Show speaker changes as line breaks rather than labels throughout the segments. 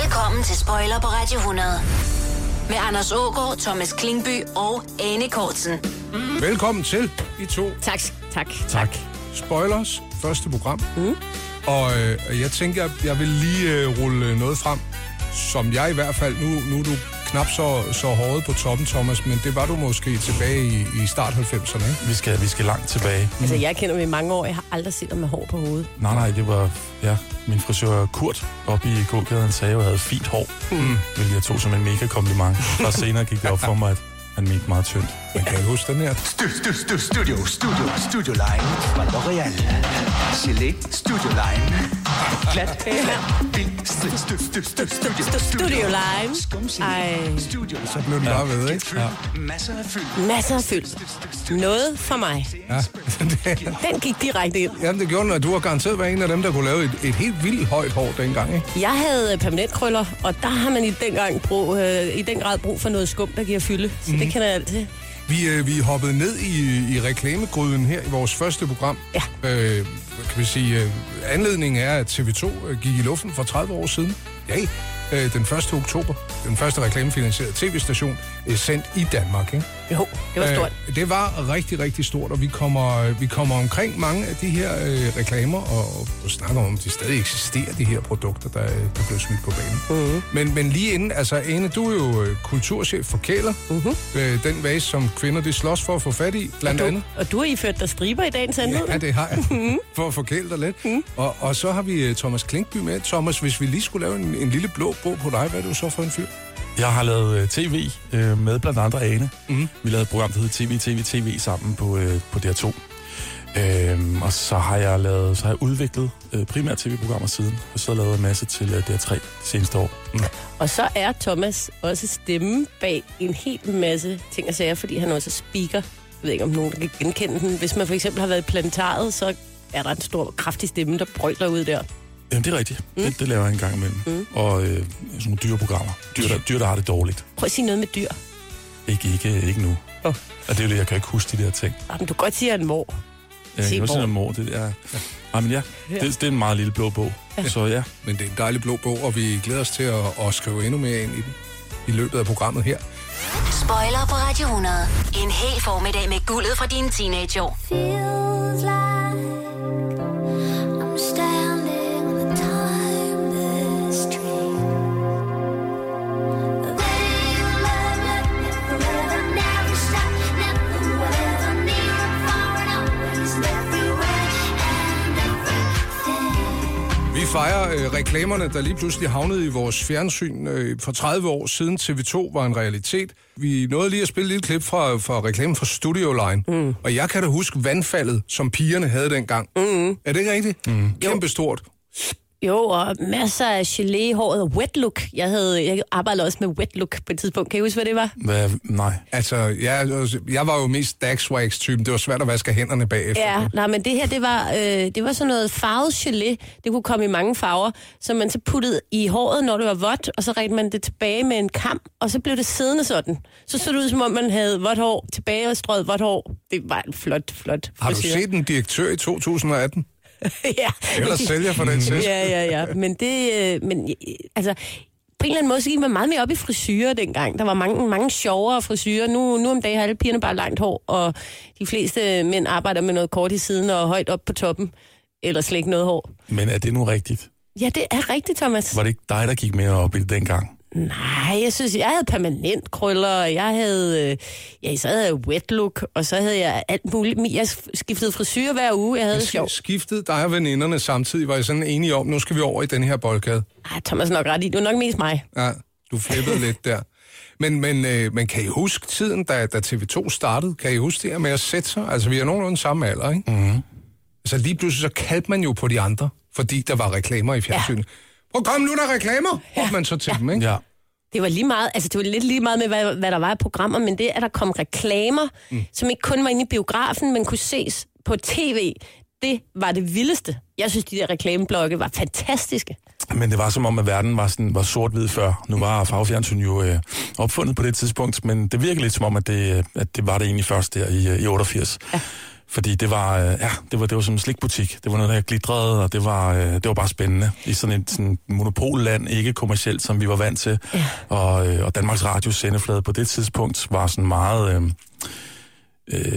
Velkommen til Spoiler på Radio 100. Med Anders Ågaard, Thomas Klingby og Anne Kortsen.
Velkommen til, I to.
Tak, tak.
Tak. Spoilers, første program. Mm. Og øh, jeg tænker, at jeg vil lige øh, rulle noget frem, som jeg i hvert fald, nu, nu er du knap så, så hårdt på toppen, Thomas, men det var du måske tilbage i, i start 90'erne, ikke?
Vi skal, vi skal langt tilbage.
Altså, jeg kender dem i mange år, jeg har aldrig set dem med hår på hovedet.
Nej, nej, det var ja, min frisør Kurt oppe i gågaden, han sagde, at jeg havde fint hår. Mm. Hvilket jeg tog som en mega kompliment. Og senere gik det op for mig, at han mente meget tyndt.
Men kan I huske den her?
Stu, stu, stu, studio, studio, studio line fra L'Oreal. Gelé, studio line. Glat, glat, bind, stu, stu, stu, stu, studio,
Studio Line.
Skumscene,
Ej.
studio line.
Så blev den bare ved, ikke?
Ja. Masser af fyld.
Masser af fyld. Noget for mig.
Ja. Det-
Den gik direkte ind.
Jamen, det gjorde den, og du har garanteret været en af dem, der kunne lave et, et helt vildt højt hår dengang, ikke?
Jeg havde øh, permanentkrøller, og der har man i den, gang brug, øh, i den grad brug for noget skum, der giver fylde. Så
Mhm.
mm. det kender jeg altid.
Vi, øh, vi hoppede ned i, i reklamegryden her i vores første program.
Ja.
Øh, kan vi sige, øh, anledningen er, at TV2 øh, gik i luften for 30 år siden. Ja, øh, den 1. oktober. Den første reklamefinansierede tv-station øh, sendt i Danmark. Ikke?
Jo, det var stort.
Øh, det var rigtig, rigtig stort, og vi kommer, vi kommer omkring mange af de her øh, reklamer, og, og snakker om, at de stadig eksisterer, de her produkter, der, øh, der blev smidt på banen.
Mhm.
Uh-huh. Men, men lige inden, altså Ane, du er jo øh, kulturchef for Kæler, uh-huh. øh, den vase, som kvinder de slås for at få fat i, blandt
Mhm. Du, Mhm.
andet.
og du har iført dig striber i dagens anledning.
Ja, det har jeg, for at forkæle dig lidt.
Mhm.
Mm. Og, og så har vi øh, Thomas Klinkby med. Thomas, hvis vi lige skulle lave en, en lille blå bog på dig, hvad er du så for en fyr?
Jeg har lavet øh, tv øh, med blandt andre Ane. Mm. Vi lavede et program, der hed TV, TV, TV sammen på, øh, på DR2. Øhm, og så har jeg lavet, så har jeg udviklet øh, primært tv-programmer siden, og så har jeg lavet en masse til øh, DR3 de seneste år. Mm.
Og så er Thomas også stemme bag en hel masse ting og sager, fordi han også er speaker. Jeg ved ikke, om nogen der kan genkende den. Hvis man for eksempel har været i planetaret, så er der en stor, kraftig stemme, der brøler ud der.
Jamen, det er rigtigt. Mm. Det, det laver jeg en gang imellem. Mm. Og øh, sådan nogle dyreprogrammer. Dyr der, dyr, der har det dårligt.
Prøv at sige noget med dyr.
Ikke, ikke, ikke nu.
Oh.
Og det er jo det, jeg kan ikke huske de der ting.
Ah, men Du kan godt sige, at han mor.
Jeg kan
Seborg.
også sige, at mor, det er... Ej, men ja, det, det er en meget lille blå bog. Så ja,
Men det er en dejlig blå bog, og vi glæder os til at, at skrive endnu mere ind i den i løbet af programmet her.
Spoiler på Radio 100. En hel formiddag med guldet fra dine teenageår.
Feels like I'm standing on a timeless dream. They love like forever, never stop, never ever near and far and always everywhere and everything.
Vi fejrer øh, reklamerne, der lige pludselig havnede i vores fjernsyn øh, for 30 år siden TV2 var en realitet. Vi nåede lige at spille et lille klip fra, fra reklamen fra Studio Line. Mm. Og jeg kan da huske vandfaldet, som pigerne havde dengang. Mm. Er det ikke rigtigt? Mm. Kæmpe stort.
Jo, og masser af gelé, håret og wet look. Jeg, havde, jeg arbejdede også med wet look på et tidspunkt. Kan I huske, hvad det var?
hvad, nej.
Altså, jeg, jeg var jo mest Daxwax-typen. Det var svært at vaske hænderne bagefter.
Ja, nej, men det her, det var, øh, det var sådan noget farvet gelé. Det kunne komme i mange farver, som man så puttede i håret, når det var vådt, og så redte man det tilbage med en kam, og så blev det siddende sådan. Så så det ud, som om man havde vådt hår tilbage og strøget vådt hår. Det var en flot, flot
Har du
frisure.
set en direktør i 2018?
ja.
Eller sælger for den test?
Ja, ja, ja. Men det, øh, men øh, altså, på en eller anden måde, så gik man meget mere op i frisyrer dengang. Der var mange, mange sjovere frisyrer. Nu, nu om dagen har alle pigerne bare langt hår, og de fleste mænd arbejder med noget kort i siden og højt op på toppen. Eller slet ikke noget hår.
Men er det nu rigtigt?
Ja, det er rigtigt, Thomas.
Var det ikke dig, der gik mere op i det dengang?
Nej, jeg synes, jeg havde permanent krøller, og jeg havde, øh, ja, så havde jeg wet look, og så havde jeg alt muligt. Jeg skiftede frisyrer hver uge, jeg havde det sjovt.
Skiftede dig og veninderne samtidig, var I sådan enige om, nu skal vi over i den her boldgade.
Ej, Thomas er nok ret i, det var nok mest mig.
Ja, du flippede lidt der. Men, men, øh, men kan I huske tiden, da, da TV2 startede? Kan I huske det her med at sætte sig? Altså, vi er nogenlunde samme alder, ikke? Mm-hmm. Så lige pludselig så kaldte man jo på de andre, fordi der var reklamer i fjernsynet. Ja. Prøv, kom nu, der er reklamer! Ja. man så til ja. dem, ikke?
Ja.
Det var lige meget, altså det var lidt lige meget med, hvad, hvad der var af programmer, men det, at der kom reklamer, mm. som ikke kun var inde i biografen, men kunne ses på tv, det var det vildeste. Jeg synes, de der reklameblokke var fantastiske.
Men det var som om, at verden var, sådan, var sort-hvid før. Nu var farvefjernsyn jo øh, opfundet på det tidspunkt, men det virkede lidt som om, at det, øh, at det var det egentlig først der i, øh, i 88. Ja. Fordi det var, øh, ja, det var, det var som en slikbutik. Det var noget, der glitrede, og det var, øh, det var bare spændende. I sådan et sådan monopolland, ikke kommercielt, som vi var vant til. Ja. Og, øh, og Danmarks Radios sendeflade på det tidspunkt var sådan meget... Øh, øh,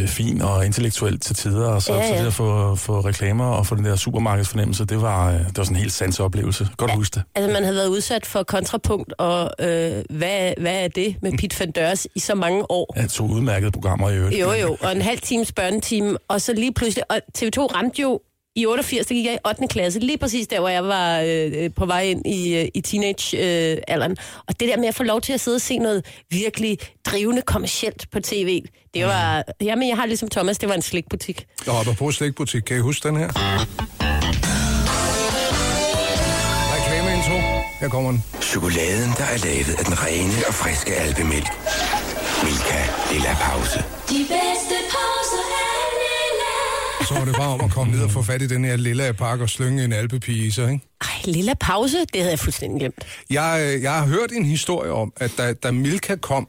fin og intellektuel til tider, og så,
Ja,
ja,
ja.
ja. så det at få, få reklamer og få den der supermarkedsfornemmelse, det var, øh, det var sådan en helt sanseoplevelse. Godt ja. huske det.
Altså, man havde været udsat for kontrapunkt, og øh, hvad, hvad er det med Pete Van Dørs i så mange år?
Ja, to udmærkede programmer i øvrigt.
Jo, jo, og en halv times børnetime, og så lige pludselig, og TV2 ramte jo i 88, der gik jeg i 8. klasse, lige præcis der, hvor jeg var øh, øh, på vej ind i, øh, i teenage-alderen. Øh, alderen. og det der med at få lov til at sidde og se noget virkelig drivende kommercielt på tv, det var, jamen jeg har ligesom Thomas, det var en slikbutik.
Jeg hopper på slikbutik. Kan I huske den her? Reklameintro. Her kommer den.
Chokoladen, der er lavet af den rene og friske alpemælk. Milka Lilla Pause.
De bedste pauser er lille.
Så var det bare om at komme ned og få fat i den her lille pakke og slynge en alpepige i sig, ikke?
Ej, lille pause, det havde jeg fuldstændig glemt.
Jeg, øh, jeg har hørt en historie om, at da, da Milka kom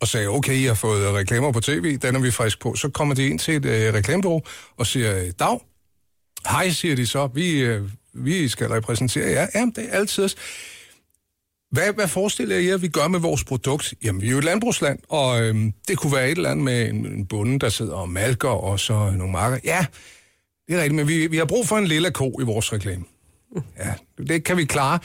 og sagde, okay, I har fået øh, reklamer på tv, den er vi frisk på, så kommer de ind til et øh, reklamebureau og siger, øh, dag, hej, siger de så, vi, øh, vi skal repræsentere jer. Jamen, det er altid os. Hvad, hvad forestiller I jer, vi gør med vores produkt? Jamen, vi er jo et landbrugsland, og øhm, det kunne være et eller andet med en, en bonde, der sidder og malker, og så nogle marker. Ja, det er rigtigt, men vi, vi har brug for en lille ko i vores reklame. Ja, det kan vi klare.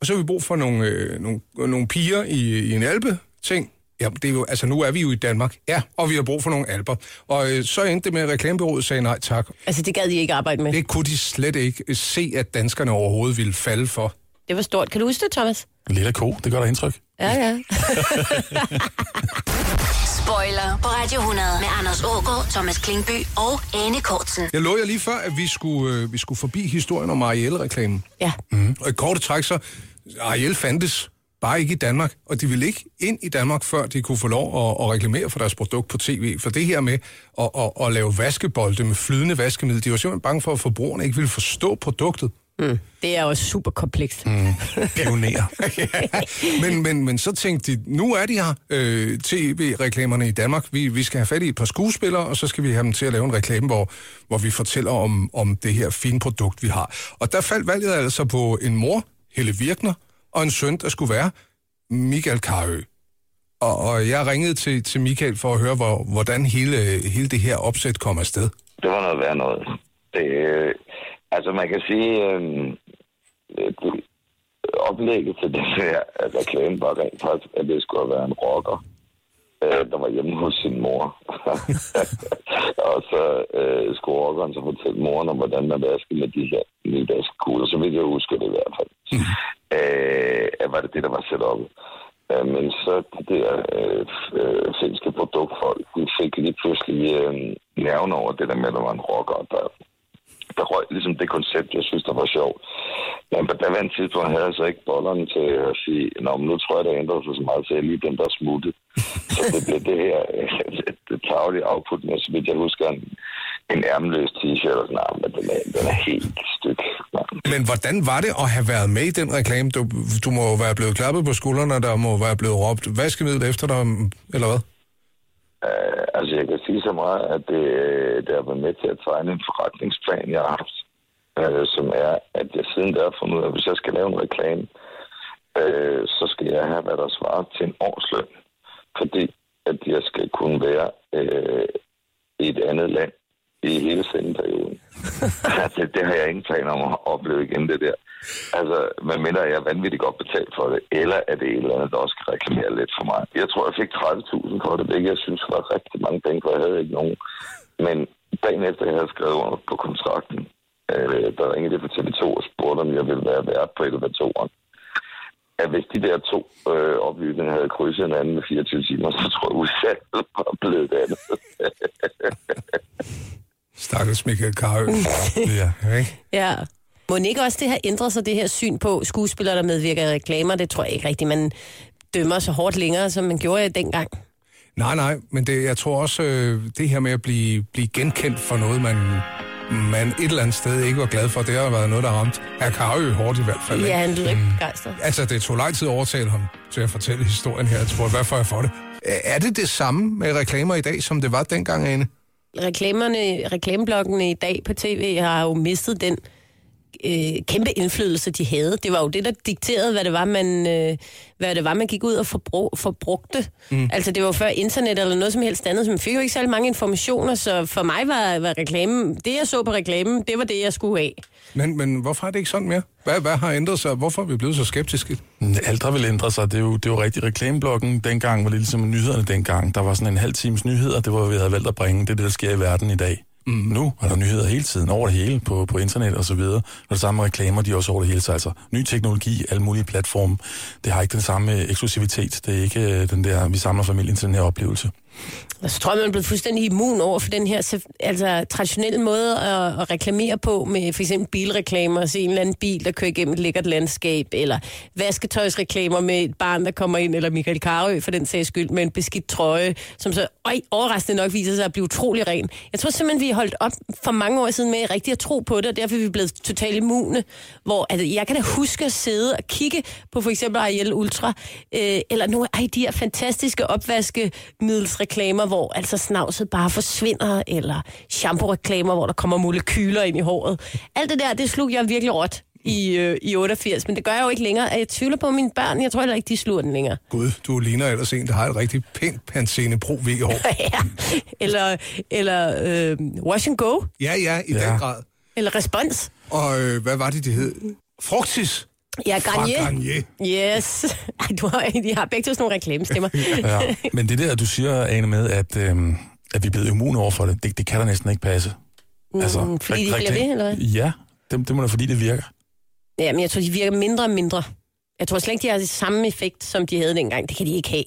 Og så har vi brug for nogle, øh, nogle, nogle piger i, i en alpe-ting. Ja, det er jo, altså nu er vi jo i Danmark. Ja, og vi har brug for nogle alper. Og øh, så endte det med, at reklamebyrået sagde nej tak.
Altså, det gad I ikke arbejde med.
Det kunne de slet ikke øh, se, at danskerne overhovedet ville falde for.
Det var stort. Kan du huske det, Thomas?
Lille ko, det gør der indtryk.
Ja, ja.
Spoiler på Radio 100 med Anders Ågaard, Thomas Klingby og Anne Kortsen.
Jeg lå jer lige før, at vi skulle, øh, vi skulle forbi historien om Ariel-reklamen.
ja.
Mm. Og i korte træk så, Ariel fandtes bare ikke i Danmark, og de ville ikke ind i Danmark, før de kunne få lov at, at reklamere for deres produkt på tv. For det her med at, at, at lave vaskebolde med flydende vaskemiddel, de var simpelthen bange for, at forbrugerne ikke ville forstå produktet.
Det er jo super komplekst.
Pioner.
Men, men, men så tænkte de, nu er de her, øh, tv-reklamerne i Danmark. Vi, vi skal have fat i et par skuespillere, og så skal vi have dem til at lave en reklame, hvor, hvor vi fortæller om, om det her fine produkt, vi har. Og der faldt valget altså på en mor, Helle Virkner, og en søn, der skulle være Michael Karø. Og, og jeg ringede til, til Michael for at høre, hvor, hvordan hele, hele det her opsæt kom afsted.
Det var noget værd noget. Det, øh, altså man kan sige, øh, øh, det, oplægget til den her øh, reklame var rent faktisk, at det skulle have været en rocker, øh, der var hjemme hos sin mor. og så øh, skulle rockeren så fortælle moren om, hvordan man vasker med de her middagskuder, så vidt jeg husker det i hvert fald. øh, at var det det, der var sat op. Øh, men så de der øh, f- øh, finske produktfolk, de fik lige pludselig øh, nerven over det der med, at der var en rocker, der der røg ligesom det koncept, jeg synes, der var sjovt. Men på daværende tidspunkt havde jeg så ikke bollerne til at sige, Nå, men nu tror jeg, der ændrer sig så meget, så jeg er lige den, der er smuttet. Så det blev det her det taglige output med, så vidt jeg husker, en, en ærmeløs t-shirt og sådan noget, men den er, den er helt styk. mand.
Men hvordan var det at have været med i den reklame? Du, du må jo være blevet klappet på skuldrene, og der må være blevet råbt vaskemiddel efter dig, eller hvad?
Øh, altså, jeg kan sige så meget, at det, øh, det har været med til at tegne en forretningsplan, jeg har haft, øh, som er, at jeg siden der har fundet ud af, at hvis jeg skal lave en reklame, øh, så skal jeg have, hvad der svarer til en årsløn. Fordi at jeg skal kunne være øh, i et andet land i hele sendeperioden. altså, det har jeg ingen planer om at opleve igen, det der. Altså, medmindre jeg er vanvittigt godt betalt for det, eller er det et eller andet, der også kan reklamere lidt for mig. Jeg tror, jeg fik 30.000 for det, hvilket jeg synes var rigtig mange penge, for jeg havde ikke nogen. Men dagen efter, jeg havde skrevet under på kontrakten, øh, der ringede det på TV2 og spurgte, om jeg ville være vært på elevatoren at hvis de der to øh, oplysninger havde krydset hinanden med 24 timer, så tror jeg, udsalget var blevet det andet.
Stakkels Michael Karø.
ja.
Ikke?
Ja. Må ikke også det har ændret sig, det her syn på skuespillere, der medvirker i reklamer? Det tror jeg ikke rigtigt, man dømmer så hårdt længere, som man gjorde dengang.
Nej, nej, men det, jeg tror også, øh, det her med at blive, blive genkendt for noget, man, man et eller andet sted ikke var glad for, det har været noget, der har ramt herr Karø hårdt i hvert fald. ikke?
Ja, han lyder ikke begejstret.
Altså, det tog lang tid at overtale ham til at fortælle historien her. Jeg spurgte, hvad får jeg for det? Er det det samme med reklamer i dag, som det var dengang, Ane?
reklamerne, reklameblokkene i dag på tv har jo mistet den øh, kæmpe indflydelse, de havde. Det var jo det, der dikterede, hvad det var, man, øh, hvad det var, man gik ud og forbrug, forbrugte. Mm. Altså, det var jo før internet eller noget som helst andet, så man fik jo ikke særlig mange informationer, så for mig var, var reklamen, det jeg så på reklamen, det var det, jeg skulle af.
Men, men hvorfor er det ikke sådan mere? Hvad, hvad har ændret sig? Hvorfor er vi blevet så skeptiske?
Alt har vel ændret sig. Det er jo, det er jo rigtigt. Reklameblokken dengang var lidt ligesom nyhederne dengang. Der var sådan en halv times nyheder, det var, hvad vi havde valgt at bringe. Det er det, der sker i verden i dag. Mm. Nu er der nyheder hele tiden, over det hele, på, på internet og så videre. Og det samme med reklamer, de er også over det hele. Så altså, ny teknologi, alle mulige platforme, det har ikke den samme øh, eksklusivitet. Det er ikke øh, den der, vi samler familien til den her oplevelse.
Og så tror jeg, man er blevet fuldstændig immun over for den her så- altså, traditionelle måde at, at reklamere på, med for eksempel bilreklamer, og se en eller anden bil, der kører igennem et lækkert landskab, eller vasketøjsreklamer med et barn, der kommer ind, eller Michael Carø for den sags skyld, med en beskidt trøje, som så øj, overraskende nok viser sig at blive utrolig ren. Jeg tror simpelthen, vi er holdt op for mange år siden med rigtig at tro på det, og derfor er vi blevet totalt immune. Hvor altså, jeg kan da huske at sidde og kigge på for eksempel Ariel Ultra, øh, eller nogle af de her fantastiske opvaskemiddelsreklamer, hvor altså snavset bare forsvinder, eller shampoo-reklamer, hvor der kommer molekyler ind i håret. Alt det der, det slog jeg virkelig råt i, øh, i 88, men det gør jeg jo ikke længere. Jeg tvivler på mine børn, jeg tror heller ikke, de sluger den længere.
Gud, du ligner ellers en, der har et rigtig pænt pansene pro v -hår.
Ja. Eller, eller øh, wash and go,
Ja, ja, i ja.
Ja.
den grad.
eller respons.
Og øh, hvad var det, de hed? Frugtis
Ja,
fra
Garnier.
Garnier.
Yes. Ej, du har, de har begge to sådan nogle reklamestemmer.
Ja. Men det der, du siger, Ane, med, at, øhm, at vi er blevet immune over for det, det, det kan da næsten ikke passe.
Mm, fordi
re-
de bliver
reklam-
ved, eller hvad?
Ja, det, det må da fordi, det virker.
Ja, men jeg tror, de virker mindre og mindre. Jeg tror slet ikke, de har det samme effekt, som de havde dengang. Det kan de ikke have.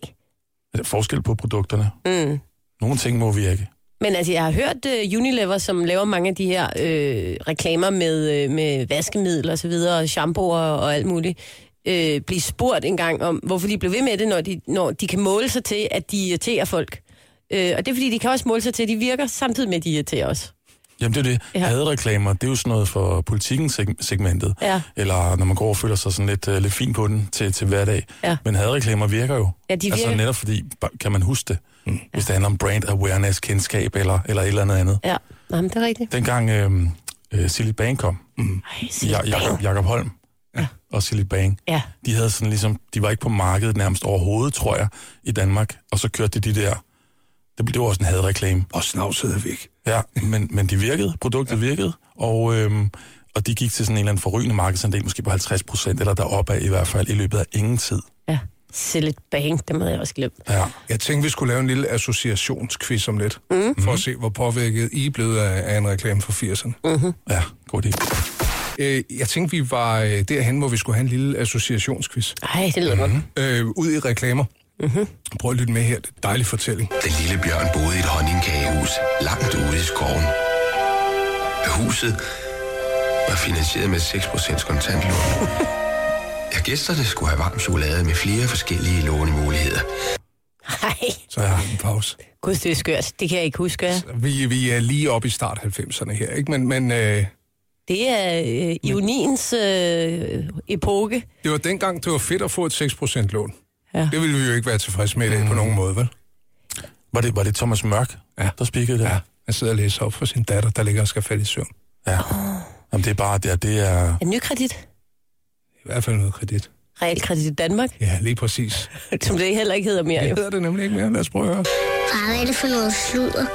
Der er forskel på produkterne. Mm. Nogle ting må virke.
Men altså, jeg har hørt uh, Unilever, som laver mange af de her øh, reklamer med, øh, med vaskemiddel og så videre, og shampoo og, og alt muligt, øh, blive spurgt engang om, hvorfor de blev ved med det, når de, når de kan måle sig til, at de irriterer folk. Øh, og det er fordi, de kan også måle sig til, at de virker, samtidig med, at de irriterer os.
Jamen det er det.
Ja.
Ja. Hadreklamer, det er jo sådan noget for politikken-segmentet.
Ja.
Eller når man går og føler sig sådan lidt, øh, lidt fin på den til, til hverdag.
Ja.
Men hadreklamer virker jo.
Ja, de
Altså
virker.
netop fordi, ba- kan man huske det. Mm. Hvis det handler om brand awareness, kendskab eller, eller et eller andet andet.
Ja, Jamen, det er rigtigt.
Dengang øh, øh, Silly Bang kom, mm.
Ej, sig
ja,
det.
Jacob, Jacob Holm ja. og Silly Bang,
Ja.
de havde sådan ligesom, de var ikke på markedet nærmest overhovedet, tror jeg, i Danmark. Og så kørte de de der, det blev det var også en hadreklame.
Og snavset er væk.
Ja, men, men de virkede, produktet ja. virkede, og, øhm, og de gik til sådan en eller anden forrygende markedsandel, måske på 50 procent, eller deroppe i hvert fald, i løbet af ingen tid.
Ja. Sell it bang, dem havde jeg også glemt.
Ja.
Jeg tænkte, vi skulle lave en lille associationsquiz om lidt, mm. for at se, hvor påvirket I er blevet af, af en reklame fra 80'erne.
Ja, god idé.
Øh, jeg tænkte, vi var øh, derhen, hvor vi skulle have en lille associationsquiz.
Ej, det lyder godt.
Mhm.
Øh, ud i reklamer. Mm-hmm. Prøv at lytte med her. Det er en dejlig fortælling.
Den lille bjørn boede i et honningkagehus langt ude i skoven. Huset var finansieret med 6% kontantlån. Ja, gæsterne skulle have varm chokolade med flere forskellige lånemuligheder.
Ej,
Så jeg har en pause.
gud, det er skørt. Det kan jeg ikke huske. Ja.
Vi, vi er lige oppe i start 90'erne her, ikke? Men, men øh,
Det er øh, ironiens øh, epoke.
det var dengang, det var fedt at få et 6% lån.
Ja. Mm.
Det ville vi jo ikke være tilfredse med i dag på nogen måde, vel?
Var det, var det Thomas Mørk,
Ja.
ja. der spikkede det? Ja.
Jeg sidder og læser op for sin datter, der ligger og skal falde i søvn.
ja. Jamen, det er bare, det er, det er
Er nykredit?
I hvert fald noget kredit.
Realkredit i Danmark,
Ja, lige præcis.
som det heller ikke hedder mere.
Det
Jo.
hedder det nemlig ikke mere. Lad os prøve at høre.
Far, hvad er det for noget sludder?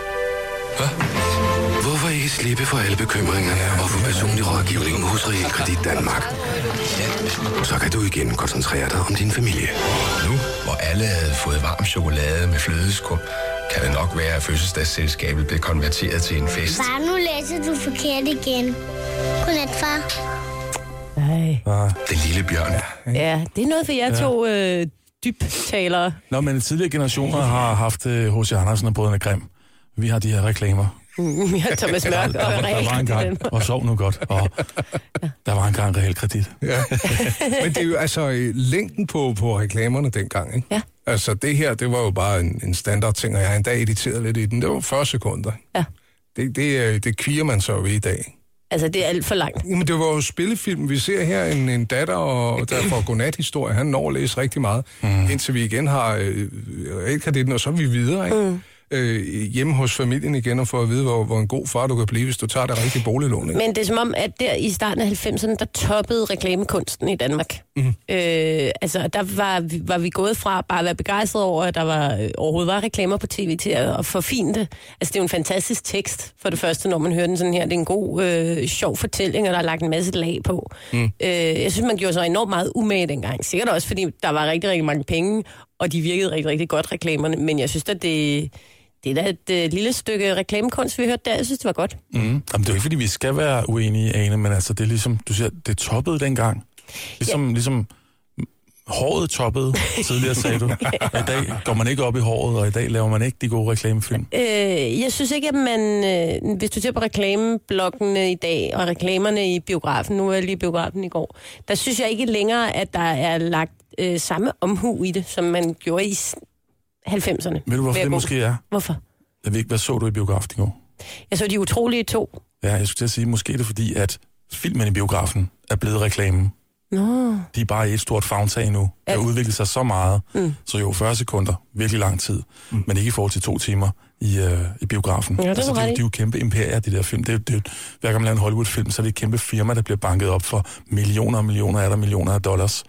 Hvorfor ikke slippe for alle bekymringerne og få personlig rådgivning hos Realkredit Danmark? Så kan du igen koncentrere dig om din familie. Nu, hvor alle havde fået varm chokolade med flødeskum, kan det nok være, at fødselsdagsselskabet blev konverteret til en fest.
Far, nu læser du forkert igen. Godnat, far.
Ej.
Den lille bjørn
Ja, det er noget for jer to øh, dybtalere.
Nå, men tidligere generationer har haft øh, H.C. Andersen og Brødrene Grimm. Vi har de her reklamer.
Ja, Thomas Mørk og
Der var en
Realkredit i Danmark.
gang, og sov nu godt, og der var en gang realkredit.
Ja. Men det er jo altså øh, længden på, på reklamerne dengang, ikke?
Ja.
Altså det her, det var jo bare en, en standard ting, og jeg har endda editeret lidt i den. Det var 40 sekunder.
Ja.
Det, det, øh, det kviger man så ved i dag. ikke?
Altså, det er alt for langt.
Jamen, det var jo spillefilm. Vi ser her en, en datter, og der får godnat-historie. Mhm. Han når at læse rigtig meget, mm. indtil vi igen har øh, realkreditten, og så er vi videre, ikke? Mm. øh, hjemme hos familien igen og får at vide, hvor, hvor en god far du kan blive, hvis du tager det rigtige boliglån. Ikke?
Men det er som om, at der i starten af 90'erne, der toppede reklamekunsten i Danmark. Mm. Øh, altså, der var, vi- var vi gået fra bare at være begejstret over, at der var, øh, overhovedet var reklamer på tv, til at, at forfine det. Altså, det er jo en fantastisk tekst, for det første, når man hører den sådan her. Det er en god, øh, sjov fortælling, og der er lagt en masse lag på. Mm. Øh, jeg synes, man gjorde sig enormt meget umage dengang. Sikkert også, fordi der var rigtig, rigtig mange penge, og de virkede rigtig, rigtig godt, reklamerne. Men jeg synes, at det... Det er da et øh, lille stykke reklamekunst, vi hørte der. Jeg synes, det var godt.
Mm. Jamen, det er jo ikke, fordi vi skal være uenige, Ane, men altså, det er ligesom, du siger, det toppede dengang. Ligesom, ja. ligesom håret toppede, tidligere sagde du. Og I dag går man ikke op i håret, og i dag laver man ikke de gode reklamefilm.
Øh, jeg synes ikke, at man... Øh, hvis du ser på reklameblokkene i dag, og reklamerne i biografen, nu var jeg lige i biografen i går, der synes jeg ikke længere, at der er lagt øh, samme omhu i det, som man gjorde i s- 90'erne.
Ved du,
Vil
hvorfor
jeg
det
gå-
måske er?
Hvorfor?
Jeg ved ikke, hvad så du i biografen i går?
Jeg så de utrolige to.
Ja, jeg skulle til at sige, måske er det fordi, at filmen i biografen er blevet reklamen.
Nå.
De er bare i et stort fagntag nu. Det har udviklet sig så meget, mm. så jo 40 sekunder, virkelig lang tid, mm. men ikke i forhold til to timer i, øh, i biografen.
Ja, det er
altså,
du
det, er jo-
ret i.
det er jo kæmpe imperier, de der film. Det, er jo- det, er jo- hver gang man laver en Hollywood-film, så er det et kæmpe firma, der bliver banket op for millioner og millioner af der millioner af dollars.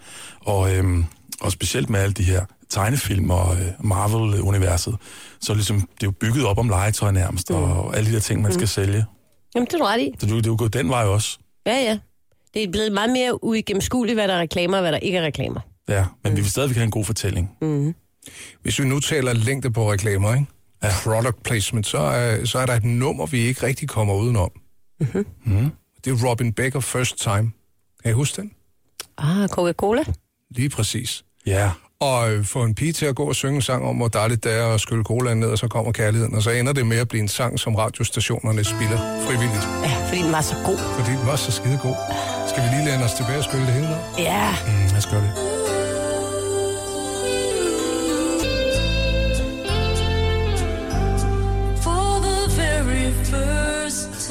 Og, øhm, og specielt med alle de her tegnefilm og øh, Marvel-universet, så er det, ligesom, det er jo bygget op om legetøj nærmest, mm. og alle de der ting, man mm. skal sælge.
Jamen, det er du ret i.
Så det, er jo- det er jo gået den vej også.
Ja, ja. Det er blevet meget mere uigennemskueligt, hvad der er reklamer, og hvad der ikke er reklamer.
Ja, men mm. vi vil stadigvæk have en god fortælling.
Mm.
Hvis vi nu taler længde på reklamer, ikke? Ja. product placement, så er, så er der et nummer, vi ikke rigtig kommer udenom. Mm-hmm. Mm. Det er Robin Becker First Time. Kan I huske den?
Ah, Coca-Cola?
Lige præcis.
Ja.
Og øh, få en pige til at gå og synge en sang om, hvor dejligt det er at skylle colaen ned, og så kommer kærligheden. Og så ender det med at blive en sang, som radiostationerne spiller frivilligt.
Ja, fordi den var så god.
Fordi den var så skide god. Skal vi lige læne os tilbage og skylle det hele ned?
Ja.
Mm, lad os gøre det.
for the very first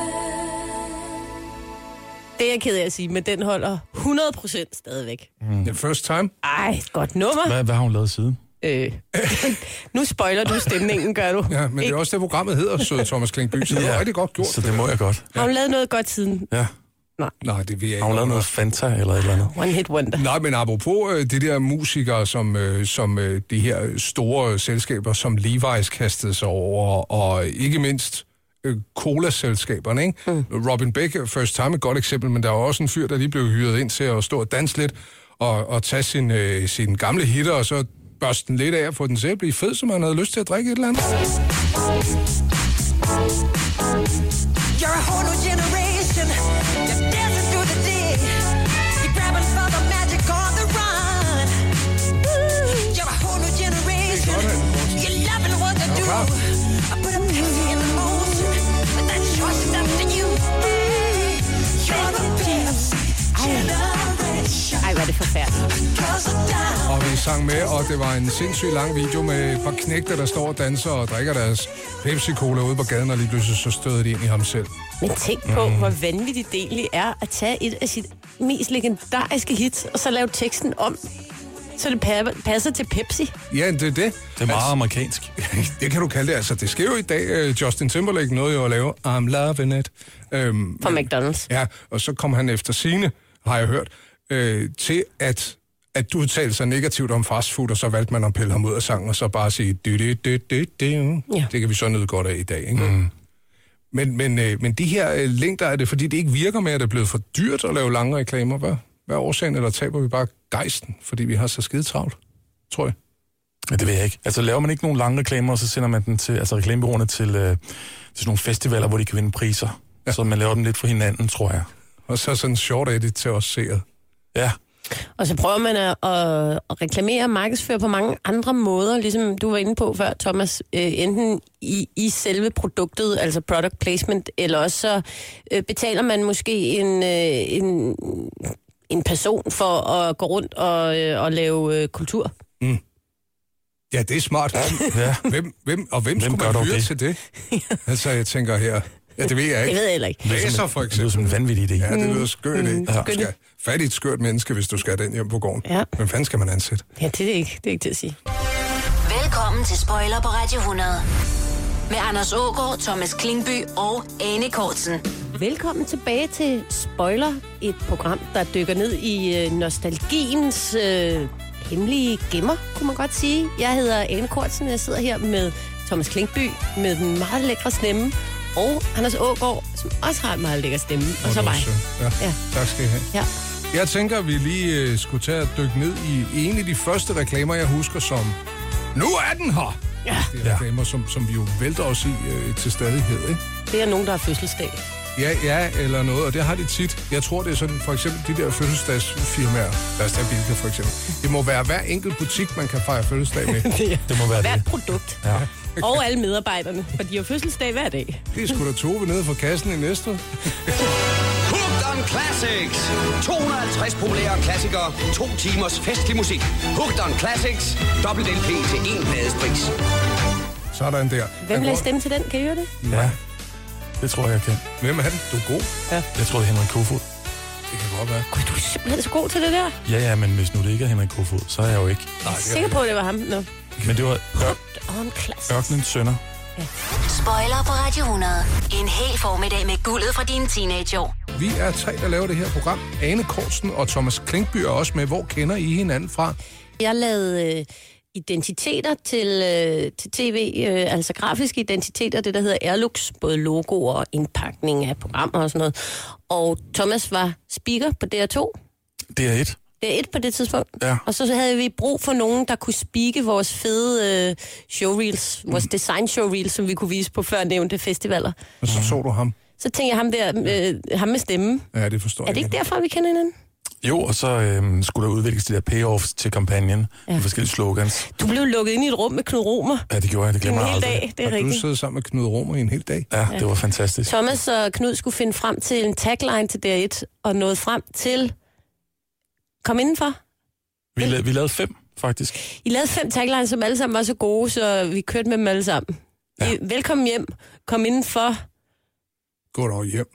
time.
Det er jeg ked af at sige, men den holder 100% stadigvæk.
Mm. The first time?
Ej, godt nummer.
Hvad, hvad har hun lavet siden?
Øh. nu spoiler du stemningen, gør du.
Ja, men det er også det, programmet hedder, søde Thomas Klingby, så det var rigtig godt gjort.
Så det må jeg godt.
Har hun lavet noget godt siden?
Ja.
Nej, det vil jeg ikke.
Har hun lavet noget Fanta eller et eller andet?
One hit wonder.
Nej, men apropos øh, de der musikere, som, øh, som øh, de her store øh, selskaber, som Levi's kastede sig over, og ikke mindst øh, cola-selskaberne, ikke? Mm. Robin Beck, First Time, et godt eksempel, men der er også en fyr, der lige blev hyret ind til at stå og danse lidt, og, og tage sin, øh, sin gamle hitter, og så børste den lidt af og få den til at blive fed, som han havde lyst til at drikke et eller andet.
You're a whole new generation, just dancing through the day. You're grabbing for the magic on the run. You're a whole new generation, you're loving what you do. I put a picture in the motion, but that choice is up to you. You're the best generation,
Ej, hvor er det forfærdeligt.
'cause of time.
Og vi sang med, og det var en sindssygt lang video med et par knægter, der står og danser og drikker deres Pepsi-Cola ude på gaden, og lige pludselig så støder de ind i ham selv.
Men tænk på,
Mm.
hvor vanvittigt det egentlig er at tage et af sit mest legendariske hits, og så lave teksten om, så det pa- passer til Pepsi.
Ja, det er det.
Det er meget amerikansk.
Det kan du kalde det. Altså, det sker jo i dag. Øh, Justin Timberlake nåede jo at lave I'm loving it. Øhm,
Fra McDonald's.
Ja, og så kom han efter sine, har jeg hørt, øh, til at at udtale sig negativt om fastfood, og så valgte man at pille ham ud af sangen, og så bare sige, du, du, du, du, du.
Ja.
det kan vi så nyde godt af i dag. Ikke? Mm. Men, men, øh, men de her øh, længder, er det fordi, det ikke virker med, at det er blevet for dyrt at lave lange reklamer? Hvad, hvad er årsagen, eller taber vi bare gejsten, fordi vi har så skide travlt, tror jeg?
Ja, det ved jeg ikke. Altså laver man ikke nogle lange reklamer, og så sender man den til, altså reklamebureauerne til, øh, til sådan nogle festivaler, hvor de kan vinde priser. Ja. Så man laver dem lidt for hinanden, tror jeg.
Og så sådan en short edit til os seere.
Ja,
Og så prøver man at, at, at reklamere og markedsføre på mange andre måder, ligesom du var inde på før, Thomas. Øh, enten i, i selve produktet, altså product placement, eller også så øh, betaler man måske en, øh, en, en person for at gå rundt og, øh, og lave øh, kultur.
Ja, det er smart.
ja.
Hvem, hvem, og hvem, hvem
gør
skulle
dog
man hyre
det?
til det? Altså, jeg tænker her, Ja, det ved jeg ikke.
Det ved jeg heller ikke.
Læser for
Det er jo
eksempel.
som en vanvittig idé.
Ja, det lyder skørt, mm.
Ja.
Du skal fat i et skørt menneske, hvis du skal den hjem på gården.
Ja.
Hvem fanden skal man ansætte?
Ja, det er ikke, det er ikke til at sige.
Velkommen til Spoiler på Radio 100. Med Anders Ågaard, Thomas Klingby og Anne Kortsen.
Velkommen tilbage til Spoiler, et program, der dykker ned i øh, nostalgiens øh, hemmelige gemmer, kunne man godt sige. Jeg hedder Anne Kortsen, og jeg sidder her med Thomas Klinkby med den meget lækre stemme, og Anders Ågaard, som også har en meget lækker stemme, og så mig.
Ja.
Ja.
ja. Tak skal I have.
Ja.
Jeg tænker, at vi lige øh, skulle tage og dykke ned i en af de første reklamer, jeg husker som... Nu er den her! Ja. Det er reklamer, som, som vi jo vælter os i øh, til stadighed, ikke?
Det er nogen, der har fødselsdag.
Ja, ja, eller noget, og det har de tit. Jeg tror, det er sådan, for eksempel de der fødselsdagsfirmaer, lad os tage Bilka for eksempel. Det må være hver enkelt butik, man kan fejre fødselsdag med.
Det må være
Hvert
det.
produkt. Ja. Og alle medarbejderne, for de har fødselsdag hver dag.
Det er sgu da Tove nede fra kassen i næste.
Hooked on Classics. 250 populære klassikere, to timers festlig musik. Hooked on Classics. Dobbelt LP til en glades pris.
Så er der en der.
Hvem
Han
lagde
går-
stemme til den? Kan I høre det?
Ja. Det tror jeg, jeg kan.
Hvem er det? Du er god.
Jeg tror, det er Henrik Kofod.
Det kan godt være.
Gud, du er simpelthen så god til det der. Jeg
Ja, ja, men hvis nu det ikke er Henrik Kofod, så er jeg jo ikke.
er sikker på, at det var ham. Nå.
Men det var ør-
Og en klasse.
Ørkenens Sønder.
Spoiler på Radio 100. En hel formiddag med guldet fra dine teenageår.
Vi er tre, der laver det her program. Ane Korsen og Thomas Klinkby er også med. Hvor kender I hinanden fra?
Jeg lavede øh, identiteter til, øh, til tv, øh, altså grafiske identiteter, det der hedder Airlux, både logo og indpakning af programmer og sådan noget. Og Thomas var speaker på DR2,
Det er et.
det er et på det tidspunkt,
Ja.
og så havde vi brug for nogen, der kunne speake vores fede øh, showreels, vores design showreels, som vi kunne vise på førnævnte festivaler.
Og så så du ham.
Så tænkte jeg ham der, øh, ham med stemme,
Ja, det forstår
er det
jeg
ikke derfra, vi kender hinanden?
Jo, og så øhm, skulle der udvikles de der payoffs til kampagnen. Ja. De forskellige slogans.
Du blev lukket ind i et rum med Knud Romer
Ja, det gjorde jeg. Det
en
glemmer jeg
hel
aldrig.
dag, det er
Og du
rigtigt.
sidder sammen med Knud Romer i en hel dag.
Ja, det var fantastisk.
Thomas og Knud skulle finde frem til en tagline til DR1, og nåede frem til... Kom indenfor.
Vi, la- vi lavede fem, faktisk.
I lavede fem taglines, som alle sammen var så gode, så vi kørte med dem alle sammen. Ja. Velkommen hjem. Kom indenfor.
Gå dog hjem.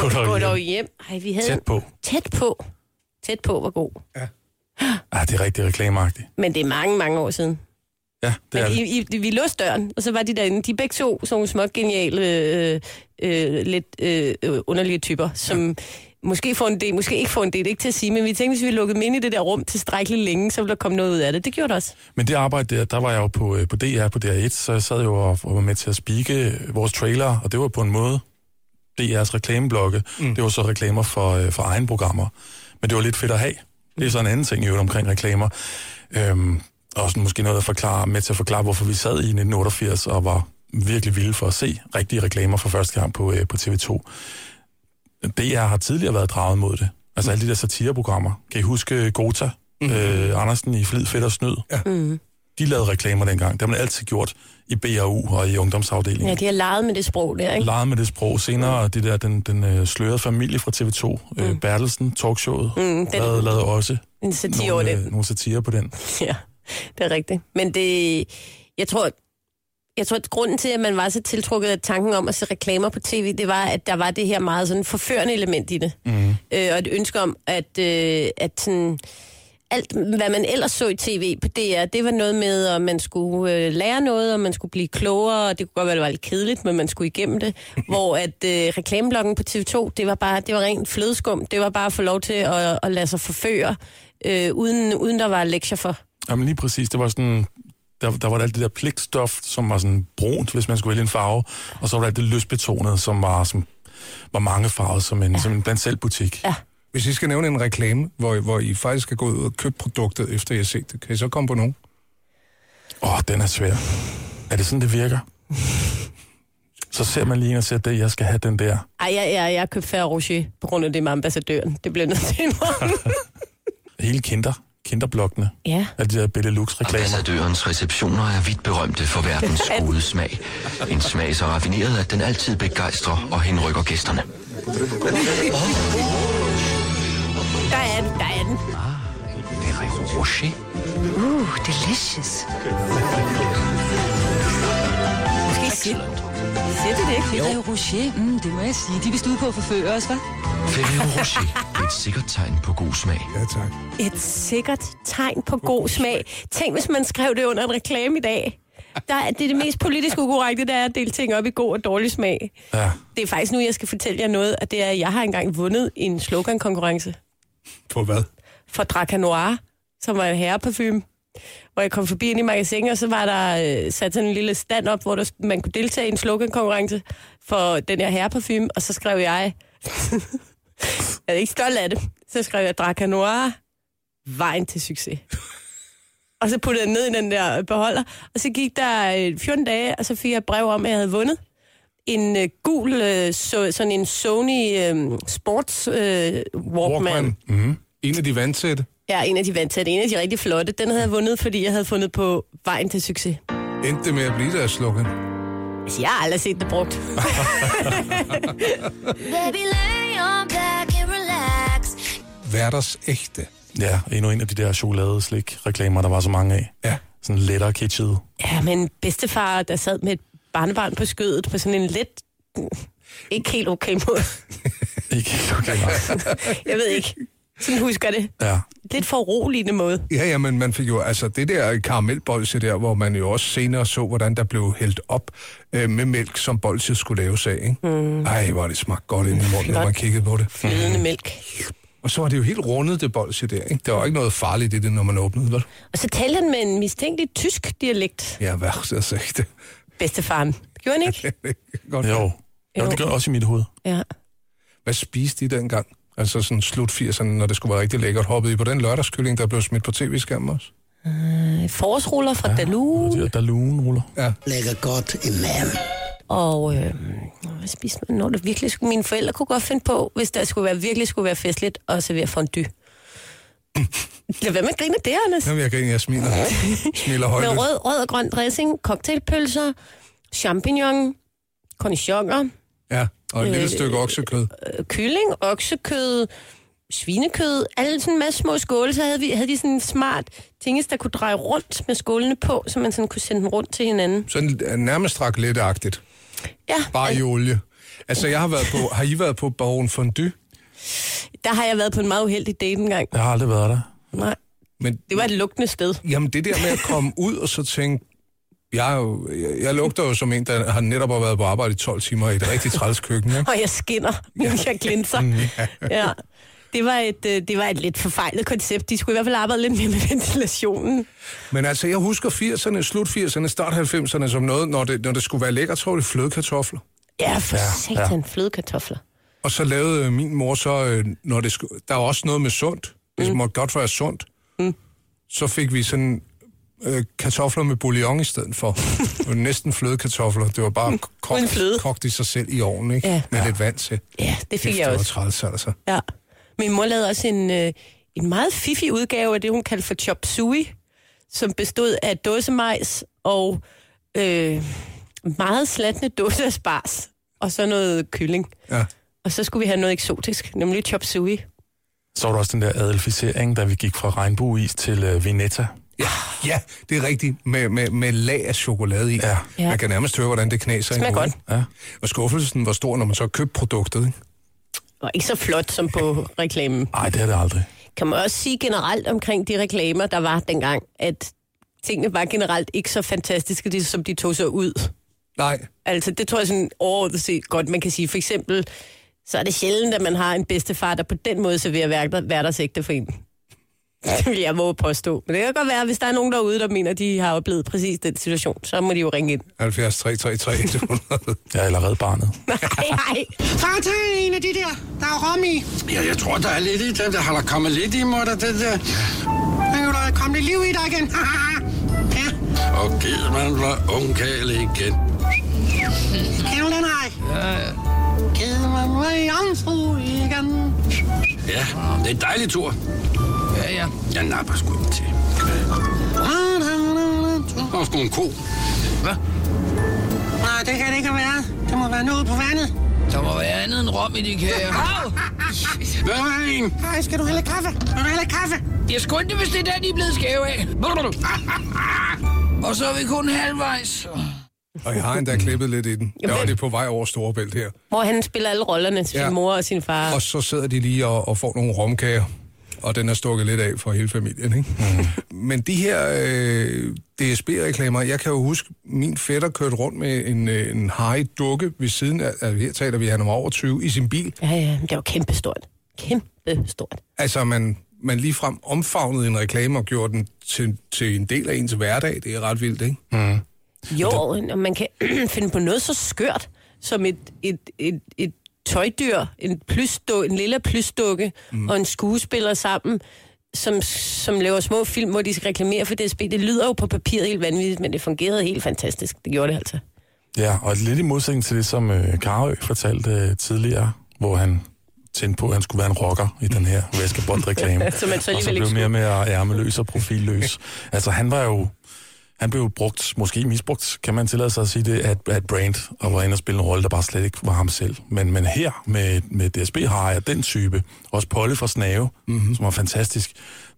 Gå dog
Gå
hjem.
dog hjem. Ej, vi havde
Tæt på.
tæt på. Tæt på var god.
Ah, det er rigtig reklameagtigt.
Men det er mange, mange år siden.
Ja, det er
Men
det.
I, Altså, I, vi låste døren, og så var de derinde. De er begge to sådan nogle småt geniale, øh, øh, lidt øh, øh, underlige typer, som ja. måske får en del, måske ikke får en del, det er ikke til at sige, men vi tænkte, hvis vi lukkede dem ind i det der rum tilstrækkeligt længe, så ville der komme noget ud af det. Det gjorde det også.
Men det arbejde der, der var jeg jo på, øh, på DR, på DR1, så jeg sad jo og, og var med til at spike vores trailer, og det var på en måde DR's reklameblokke. Mm. Det var så reklamer for, øh, for egen programmer. Men det var lidt fedt at have. Det er så en anden ting i øvrigt omkring reklamer. Øhm, og sådan måske noget at forklare, med til at forklare, hvorfor vi sad i 1988 og var virkelig vilde for at se rigtige reklamer for første gang på, øh, på TV2. DR har tidligere været draget mod det. Altså alle de der satireprogrammer. Kan I huske Gota? Mm. Øh, Andersen i Flid, Fedt og Snyd? Ja. Mm. De lavede reklamer dengang. Det har man altid gjort i BAU og i ungdomsafdelingen.
Ja, de har leget med det sprog der, ikke?
Leget med det sprog. Senere, det der, den, den øh, slørede familie fra TV2, øh, Bertelsen, talkshowet, mm,
den-
lavede, lavede også
En satire over
nogle,
det.
øh, nogle satire på den.
Ja, det er rigtigt. Men det, jeg tror, jeg tror, at grunden til, at man var så tiltrukket af tanken om at se reklamer på tv, det var, at der var det her meget sådan forførende element i det. Mm. Øh, og et ønske om, at, øh, at sådan, alt, hvad man ellers så i tv på DR, det var noget med, at man skulle øh, lære noget, og man skulle blive klogere, og det kunne godt være, det var lidt kedeligt, men man skulle igennem det. Hvor at øh, reklameblokken på TV2, det var bare, det var rent flødeskum, det var bare at få lov til at, at lade sig forføre, øh, uden, uden der var lektier for.
Jamen lige præcis, det var sådan... Der, der var alt det der pligtstof, som var sådan brunt, hvis man skulle vælge en farve. Og så var der alt det lystbetonede, som var, som var mangefarvet, som en, ja. som en blandt selv butik. Ja.
Hvis I skal nævne en reklame, hvor, hvor I faktisk er gået ud og købt produktet, efter I har set det, kan I så komme på nogen?
Åh, den er svær. Er det sådan, det virker? Så ser man lige en og siger, det, jeg skal have den der.
Ej, jeg, jeg, jeg købte Ferrero Rocher på grund af det med ambassadøren. Det blev nødt til en
Hele kinder, kinderblokkene.
Ja.
Alle de der Benelux-reklamer.
Ambassadørens receptioner er vidt berømte for verdens gode smag. En smag så raffineret, at den altid begejstrer og henrykker gæsterne.
Der er den, der er den.
Ferrero Rocher.
Måske siger, siger de det ikke?
Ferrero Rocher, mm, det må jeg sige. De vil stå på at forføre os, hva'?
Ferrero Rocher. Et sikkert tegn på god smag.
Ja, tak.
Et sikkert tegn på god smag. Tænk, hvis man skrev det under en reklame i dag. Der, er- det er det mest politisk ukorrekte, der er at dele ting op i god og dårlig smag.
Ja.
Det er faktisk nu, jeg skal fortælle jer noget, og det er, at jeg har engang vundet en slogan-konkurrence
På hvad?
for Draca Noir, som var en herreparfume. Hvor jeg kom forbi ind i magasinet, og så var der øh, sat sådan en lille stand op, hvor der, man kunne deltage i en slogan-konkurrence for den her herreparfume, og så skrev jeg, jeg er ikke stolt af det, så skrev jeg Draca Noir, vejen til succes. Og så puttede jeg den ned i den der beholder, og så gik der øh, 14 dage, og så fik jeg et brev om, at jeg havde vundet en øh, gul, øh, så, sådan en Sony øh, Sports øh, Walkman. Walkman.
Walkman. Mm. En af de vandsætte.
Ja, en af de vandtætte, en af de rigtig flotte. Den havde jeg vundet, fordi jeg havde fundet på vejen til succes.
Endte det med at blive der slukket.
Altså, jeg har aldrig set det brugt.
Baby, lay on back and relax.
Hverders ægte.
ja, endnu en af de der chokoladeslik-reklamer, der var så mange af.
Ja.
Sådan lettere kitschet.
Ja, men bedstefar, der sad med et barnebarn på skødet på sådan en lidt... Ikke helt okay måde.
Ikke okay, nej.
Jeg ved ikke. Sådan husker jeg det.
Ja.
Lidt for roligende måde.
Ja, ja, men man fik jo, altså det der karamelbolse der, hvor man jo også senere så, hvordan der blev hældt op øh, med mælk, som bolse skulle laves af, ikke? Mm. Ej, hvor det smagt godt ind i munden, når man kiggede på det.
Flydende mælk.
Og så var det jo helt rundet, det bolse der, ikke? Der var ikke noget farligt i det, når man åbnede, vel?
Og så talte han med en mistænkelig tysk dialekt,
Ja, hvad så sagde det?
bedstefaren. Gjorde han ikke?
godt.
Jo. jo, det gør også i mit hoved.
Ja.
Hvad spiste I dengang? Altså sådan slut 80'erne, når det skulle være rigtig lækkert, hoppede I på den lørdagskylling, der blev smidt på tv-skærmen også?
Øh, Forårsruller fra ja. Dalu.
Det er Der lugen ruller.
Ja.
Og øh, hvad spiste man, når det virkelig skulle... Mine forældre kunne godt finde på, hvis der skulle være, virkelig skulle være festligt, at servere fondue. Lad være med at grine af det, Anders.
Jamen, jeg griner, jeg smiler. smiler højt.
Med rød, rød og grøn dressing, cocktailpølser, champignon, cornichoner,
Ja, og et lille stykke oksekød.
øh, kylling, oksekød, svinekød, alle sådan en masse små skåle, så havde, vi, havde de sådan en smart tinges, der kunne dreje rundt med skålene på, så man sådan kunne sende dem rundt til hinanden.
Sådan øh, nærmest rakletagtigt.
Ja,
Bare i olie. Altså, jeg har været på, har I været på Baron Fondue?
der har jeg været på en meget uheldig date engang.
Jeg har aldrig været der.
Nej,
Men
det var et lugtende sted.
jamen, det der med at komme ud og så tænke, jeg, er jo, jeg, jeg lugter jo som en, der har netop har været på arbejde i 12 timer i et rigtig træls køkken. Ikke?
og jeg skinner, men jeg glinser. ja. Det var, et, øh, det var et lidt forfejlet koncept. De skulle i hvert fald arbejde lidt mere med ventilationen.
Men altså, jeg husker 80'erne, slut 80'erne, start 90'erne som noget, når det, når det skulle være lækkert, så var det flødekartofler.
Ja, for satan, flødekartofler.
Og så lavede øh, min mor så, øh, når det skulle, der var også noget med sundt. Det mm. måtte godt være sundt. Mm. Så fik vi sådan øh, kartofler med bouillon i stedet for. det var næsten flødekartofler. Det var bare
Uden
kogt,
fløde.
kogt i sig selv i ovnen, ikke?
Ja.
Med lidt vand til.
Ja, det fik
Kæft,
jeg
var
også.
træls, altså.
Ja. Min mor lavede også en, øh, en meget fiffig udgave af det, hun kaldte for chop suey, som bestod af dåsemajs og øh, meget slatne dåse af spars, og så noget kylling.
Ja.
Og så skulle vi have noget eksotisk, nemlig chop suey.
Så var der også den der adelficering, da vi gik fra regnbueis til øh, Vinetta.
Ja, ja, det er rigtigt. Med, med, med lag af chokolade i.
Ja.
Ja.
Man kan nærmest høre, hvordan det knaser. i
Smager
munden.
godt.
Ja.
Og skuffelsen var stor, når man så købte produktet. Ikke?
Og ikke så flot som på reklamen.
Nej, det er det aldrig.
kan man også sige generelt omkring de reklamer, der var dengang, at tingene var generelt ikke så fantastiske, det, som de tog sig ud.
Nej,
Altså, det tror jeg sådan overordnet set godt, man kan sige. For eksempel, så er det sjældent, at man har en bedstefar, der på den måde serverer hver- hverdagsægte for en. Det vil jeg våge at påstå. Men det kan godt være, hvis der er nogen derude, der mener, at de har oplevet præcis den situation, så må de jo ringe ind.
70 333 100.
Jeg er allerede barnet.
Nej, nej.
Far, tag en af de der. Der er rom i.
Ja, jeg tror, der er lidt i dem. Der har der kommet lidt i mig, der det der.
Nu er der kommet liv i dig igen. ja,
Og gid man var ungkale igen.
kan du den ej? Ja, ja. Giv mig mig jomfru igen.
Ja, det er en dejlig tur. Ja, ja. Jeg napper sgu en til. Der er sgu en ko.
Nej, det kan det ikke være. Det må være noget på vandet.
Der må være andet end rom i de kager.
Hvad er en?
Ej, skal du have lidt kaffe? Vil du have lidt kaffe?
Jeg skulle hvis det er der, de er blevet skæve af. Og så er vi kun halvvejs.
Og jeg har endda klippet lidt i den. Der var det på vej over Storebælt her.
Hvor han spiller alle rollerne til
Ja.
sin mor og sin far.
Og så sidder de lige og, og får nogle romkager, og den er stukket lidt af for hele familien. Ikke?
Mhm.
Mm. Men de her øh, DSB-reklamer, jeg kan jo huske, min fætter kørte rundt med en, øh, en Harry-dukke ved siden af, altså, her taler vi, han var over 20, i sin bil.
Ja, ja, det var kæmpestort. Kæmpestort.
Altså, man, man ligefrem omfavnede en reklame og gjorde den til, til en del af ens hverdag. Det er ret vildt, ikke?
Mhm.
Mm.
Jo, og man kan finde på noget så skørt som et, et, et, et tøjdyr, en, plysdu, en lille plysdukke mm. og en skuespiller sammen, som, som laver små film, hvor de skal reklamere for DSB. Det lyder jo på papiret helt vanvittigt, men det fungerede helt fantastisk. Det gjorde det altså.
Ja, og lidt i modsætning til det, som øh, Karø fortalte øh, tidligere, hvor han tændte på, at han skulle være en rocker i den her væskebold-reklame.
Som han så
og så
alligevel
blev
ikke
mere og mere ærmeløs og profilløs. altså, han var jo... Han blev jo brugt, måske misbrugt, kan man tillade sig at sige det, at, at Brand og var inde og spille en rolle, der bare slet ikke var ham selv. Men, men her med, med DSB har jeg den type, også Polle fra Snave, mm-hmm. som var fantastisk,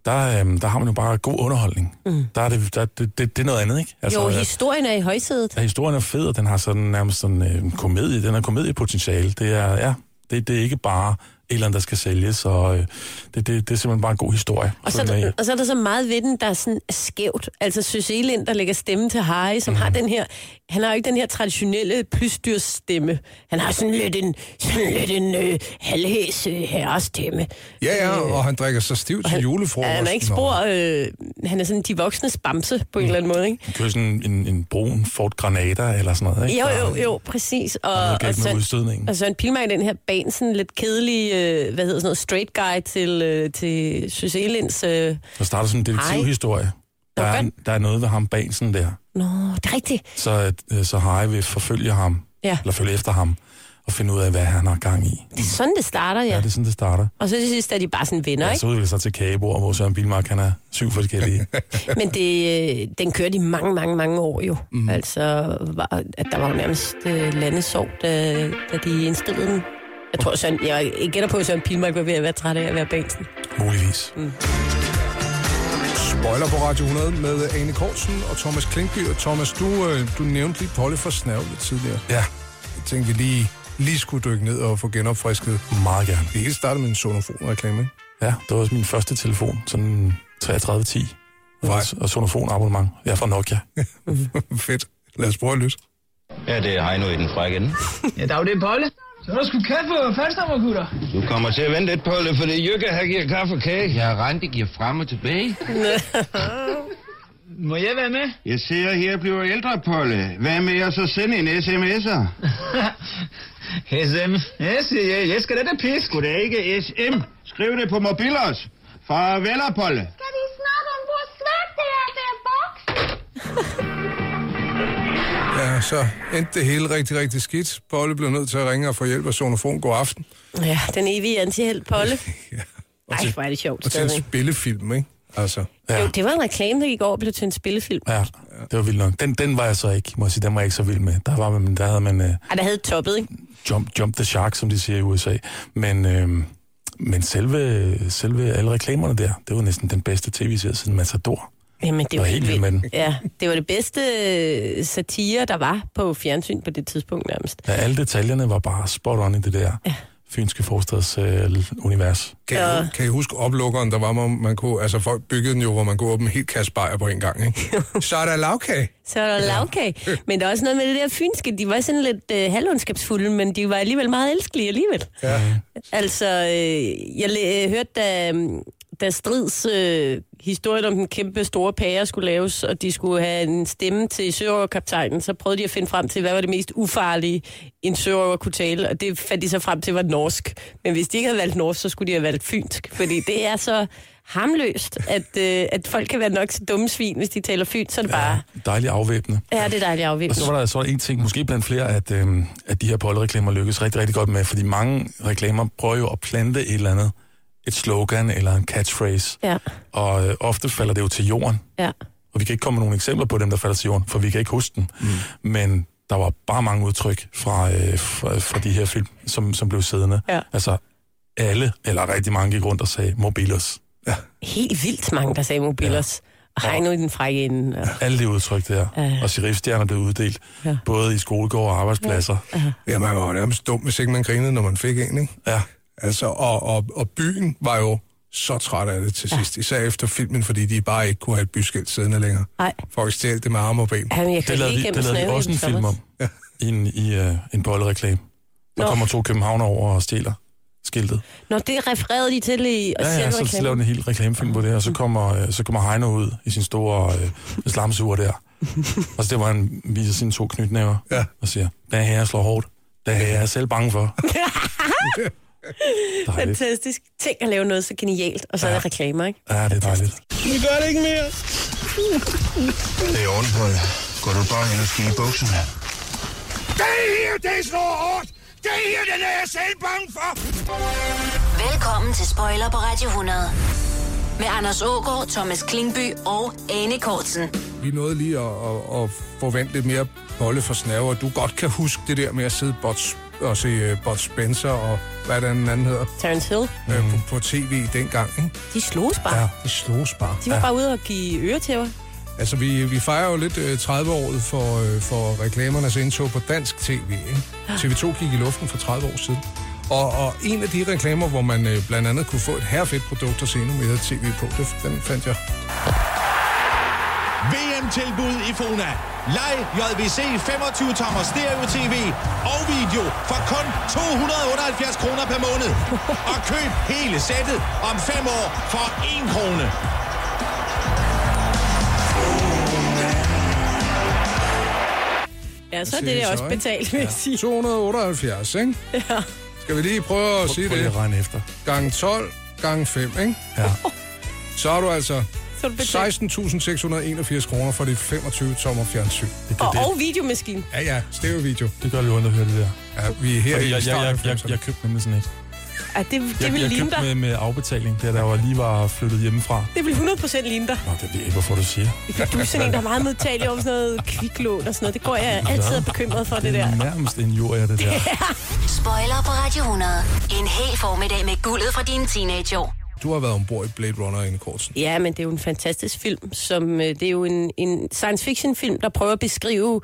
der, øhm, der har man jo bare god underholdning. Mm. Der er det, der, det, det, det er noget andet, ikke?
altså. Jo,
at-
historien er i højsædet.
Ja, historien er fed, og den har sådan nærmest sådan øh, en komedie. Den har komediepotentiale. Det er, ja, det, det er ikke bare et eller andet, der skal sælges, og øh, det, det, det er simpelthen bare en god historie.
Og så, er
Følg med i.
der, og så er der så meget ved den, der er sådan skævt. Altså Søs Elind, der lægger stemme til Harry, som mm. har den her... Han har jo ikke den her traditionelle plysdyrsstemme. Han har sådan lidt en, sådan lidt en øh, halvhæs øh, herrestemme.
Ja, ja, og han drikker sig stiv til julefrokosten.
Ja, han er ikke spor... Øh, han er sådan de voksne bamse på en eller
Mm.
anden måde, ikke?
Man kører sådan en, en brun Ford Granada eller sådan noget, ikke?
Jo,
Der-
jo, jo, præcis. Og,
er noget galt med
Søren-
udstødningen.
Og Søren Pilmark i den her ban, sådan lidt kedelig, øh, hvad hedder sådan noget, straight guy til, øh, til Søs Elinds... Øh.
Der starter sådan en detektivhistorie. Der er, der er noget ved ham bag sådan der.
Nå, det er rigtigt.
Så, at, øh, så Harry vil forfølge ham,
Ja.
eller følge efter ham, og finde ud af, hvad han har gang i.
Det er sådan, det starter, ja.
Ja, det er sådan, det starter.
Og så til sidst er de bare sådan venner,
Ja,
ikke?
så udvikler det sig til kagebord, hvor Søren Bilmark, han er syv forskellige.
Men det, øh, den kørte i mange, mange, mange år jo. Mm. Altså, var, at der var jo nærmest øh, landesov, da, da de indstillede den. Jeg tror, Søren, jeg jeg gætter på, at Søren Pilmark var ved at være træt af at være bænsen.
Muligvis.
Mm.
Spoiler på Radio 100 med øh, Ane Korsen og Thomas Klinkby. Og Thomas, du, øh, du nævnte lige Polly fra Snav lidt tidligere.
Ja.
Jeg tænkte, vi lige, lige skulle dykke ned og få genopfrisket.
Meget gerne.
Vi kan starte med en sonofon-reklame, ikke?
Ja, det var også min første telefon, sådan en 3310.
Nej.
Og sonofon-abonnement. Jeg er fra Nokia.
Fedt. Lad os prøve at lytte.
Ja, det er Heino i den frække ende.
Ja, der er jo det, Bolle. Så er der sgu kaffe og faldstammer, gutter.
Du kommer til at vente lidt på det, fordi Jykke her giver kaffe og kage. Ja, Randi giver frem og tilbage.
Må jeg være med?
Jeg ser her bliver ældre, Polle. øh, Hvad med at så sende en sms'er?
SM? Ja, siger jeg. Jeg skal da det pisse.
Skulle det ikke SM? Skriv det på mobil også. Farvel, Polle.
Skal vi snakke om, hvor svært det er, det er boks?
Ja, så endte det hele rigtig, rigtig skidt. Polly blev nødt til at ringe og få hjælp af sonofon. God aften.
Ja, den evige antihelt Polle. Ej, hvor er det sjovt
Og til en
stadig.
spillefilm, ikke? Altså.
Ja.
Jo, det var en reklame, der gik over og blev til en spillefilm.
Ja, det var vildt nok. Den, den var jeg så ikke, må jeg sige, den var jeg ikke så vild med. Der, var, man- der havde man uh,
Ej, der havde toppet, ikke?
jump, jump the shark, som de siger i USA. Men, øh, men selve, selve alle reklamerne der, det var næsten den bedste tv-serie siden Matador.
Jamen, det
Jeg
var
var helt vild med den.
Ja, det var det bedste øh, satire, der var på fjernsyn på det tidspunkt nærmest.
Ja, alle detaljerne var bare spot on i det der fynske forstads øh, univers.
Kan, ja. I, kan I huske oplukkeren, der var, man, man kunne, altså folk byggede den jo, hvor man kunne åbne en hel kasse bajer på en gang, ikke? så er der lavkage.
Så er der lavkage. Men der er også noget med det der fynske. De var sådan lidt øh, halvundskabsfulde, men de var alligevel meget elskelige alligevel.
Ja.
Altså, øh, jeg læ- øh, hørte, da, øhm, da Strids øh, historien om den kæmpe store pære skulle laves, og de skulle have en stemme til sørøverkaptajnen, så prøvede de at finde frem til, hvad var det mest ufarlige, en sørøver kunne tale, og det fandt de så frem til var norsk. Men hvis de ikke havde valgt norsk, så skulle de have valgt fynsk, fordi det er så hamløst, at, øh, at folk kan være nok så dumme svin, hvis de taler fynsk, så er det bare...
Dejligt afvæbnende.
Ja, det er dejligt
Og
afvæbnet.
så var der, så var der en ting, måske blandt flere, at, øh, at de her pollereklamer lykkes rigtig, rigtig godt med, fordi mange reklamer prøver jo at plante et eller andet, et slogan eller en catchphrase,
Ja,
og øh, ofte falder det jo til jorden,
ja.
og vi kan ikke komme med nogle eksempler på dem, der falder til jorden, for vi kan ikke huske den, mm. men der var bare mange udtryk fra, øh, fra, fra de her film, som, som blev siddende.
Ja.
Altså alle, eller rigtig mange gik rundt og sagde, mobilos.
Helt vildt mange, der sagde mobilers. Ja. Ej, nu er den frække inden. Ja.
Alle de udtryk der. Og sheriffstjerner blev uddelt, ja. både i skolegård og arbejdspladser.
Ja. ja, man var jo nærmest dum, hvis ikke man grinede, når man fik en, ikke?
Ja.
Altså, og, og, og byen var jo så træt af det til sidst, ja. især efter filmen, fordi de bare ikke kunne have et byskilt siddende længere.
Nej.
Folk stjal det med arme og ben.
Jamen, jeg kan
Det lavede,
lige
vi,
gennem
det lavede vi
snæven
også en
i den
film om.
Ja.
I en, i, uh, en bollereklame. Der
Nå.
kommer to københavner over og stjæler skiltet.
Nå, det refererede de til i og
Ja, ja, så laver den en hel reklamefilm på det,
Mm.
og så kommer, øh, så kommer Heino ud i sin store øh, slamsuger der. og så det var han viser sine to knytnæver
ja.
og siger, der her jeg slår hårdt. Der her jeg er selv bange for. dejligt.
Fantastisk. Tænk at lave noget så genialt, og så er der reklamer, ikke?
Ja, det er dejligt.
Vi gør det ikke mere.
Det er ordentligt, Paul. Går du bare ind og skal i bukserne?
Det her, det slår hårdt! Det her, den er jeg selv bange for!
Velkommen til Spoiler på Radio 100. Med Anders Ågaard, Thomas Klingby og Anne Kortsen.
Vi nåede lige at, at, at få vendt lidt mere bolle for snæver. Du godt kan huske det der med at sidde bots, og se uh, Bot Spencer og hvad den anden hedder.
Terence Hill.
Mm. På, på tv dengang, ikke?
De sloges bare.
Ja, de sloges bare.
De var bare ude og give øretæver.
Altså, vi, vi fejrer jo lidt øh, 30-året for, øh, for reklamernes indtog på dansk tv. Ikke? TV2 gik i luften for 30 år siden. Og, og en af de reklamer, hvor man øh, blandt andet kunne få et herfedt produkt og se endnu mere tv på, det, den fandt jeg.
VM-tilbud E i Fona. Leg JVC 25-tommer stereo-tv og video for kun 278 kroner per måned. Og køb hele sættet om 5 år for 1 krone.
Ja, så er det der også betalt, vil jeg sige.
278, ikke?
Ja.
Skal vi lige prøve at sige
Prøv lige
det?
at regne efter.
Gang 12, gang 5, ikke?
Ja.
Så har du altså
Så er du betalt.
16.681 kroner for dit 25-tommer fjernsyn.
Og, og videomaskinen.
Ja, ja, stereovideo.
Det gør lidt ondt at høre det der.
Ja, vi er her
Fordi
i
jeg, jeg,
starten af
jeg, jeg,
90'erne.
jeg købte nemlig sådan et.
Ja, det, det
Jeg,
vil
jeg
ligne
købte
dig.
med, med afbetaling, der der var lige var flyttet hjemmefra.
Det vil 100% ligne dig.
Nå, det ved jeg ikke, hvorfor du siger.
Du er sådan en, der er meget modtagelig over sådan noget kviklån og sådan noget. Det går jeg altid er bekymret for, det der.
Det er nærmest en jord af det der.
Spoiler på Radio 100. En hel formiddag med guldet fra dine teenageår.
Du har været ombord i Blade Runner i Kortsen.
Ja, men det er jo en fantastisk film, som øh, det er jo en, en science fiction film, der prøver at beskrive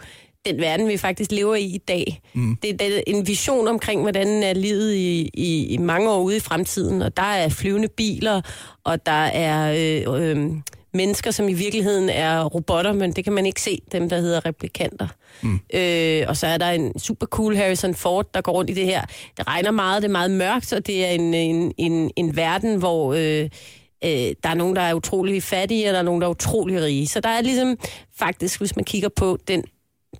den verden, vi faktisk lever i i dag. Mm. Det, det er en vision omkring, hvordan er livet i, i, i mange år ude i fremtiden, og der er flyvende biler, og der er øh, øh, mennesker, som i virkeligheden er robotter, men det kan man ikke se, dem der hedder replikanter. Mm. Øh, og så er der en super cool Harrison Ford, der går rundt i det her. Det regner meget, det er meget mørkt, og det er en, en, en, en verden, hvor... Øh, øh, der er nogen, der er utrolig fattige, og der er nogen, der er utrolig rige. Så der er ligesom faktisk, hvis man kigger på den,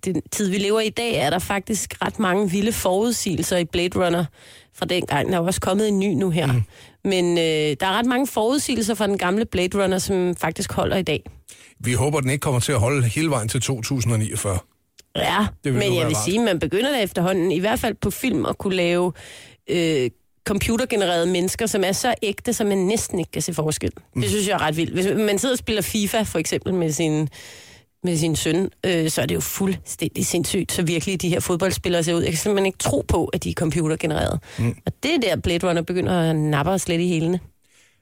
den tid, vi lever i i dag, er der faktisk ret mange vilde forudsigelser i Blade Runner fra dengang. Der er jo også kommet en ny nu her. Mm. Men øh, der er ret mange forudsigelser fra den gamle Blade Runner, som faktisk holder i dag.
Vi håber, den ikke kommer til at holde hele vejen til 2049.
Ja,
Det vil nu
men
være
jeg vil
rart.
sige, at man begynder da efterhånden, i hvert fald på film, at kunne lave øh, computergenererede mennesker, som er så ægte, som man næsten ikke kan se forskel.
Mm.
Det synes jeg er ret vildt. Hvis man sidder og spiller FIFA, for eksempel, med sin, med sin søn, øh, så er det jo fuldstændig sindssygt, så virkelig de her fodboldspillere ser ud. Jeg kan simpelthen ikke tro på, at de er computergenererede. Mm. Og det er der, Blade Runner begynder at nappe os lidt i hælene.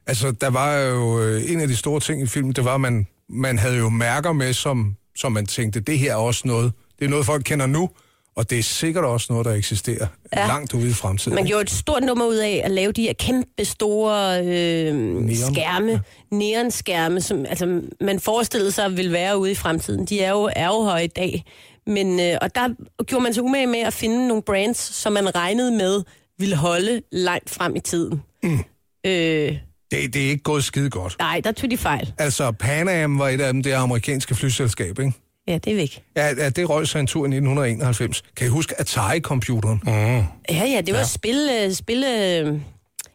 Altså, der var jo øh, en af de store ting i filmen, det var, at man, man havde jo mærker med, som, som man tænkte, det her er også noget. Det er noget, folk kender nu, og det er sikkert også noget, der eksisterer ja. langt ude i fremtiden.
Man gjorde et stort nummer ud af at lave de her kæmpe store øh, skærme, ja. neonskærme, som altså, man forestillede sig ville være ude i fremtiden. De er jo, er jo her i dag. Men, øh, og der gjorde man sig umage med at finde nogle brands, som man regnede med ville holde langt frem i tiden. Mm. Øh,
det, det er ikke gået skide godt.
nej, der tog de fejl.
Altså, Pan Am var et af dem, det amerikanske flyselskab, ikke?
Ja, det er væk.
Ja, ja, det røg sig en tur i 1991. Kan I huske Atari-computeren?
Mm.
Ja, ja, det var
Ja.
ja. spil... Øh, spil øh,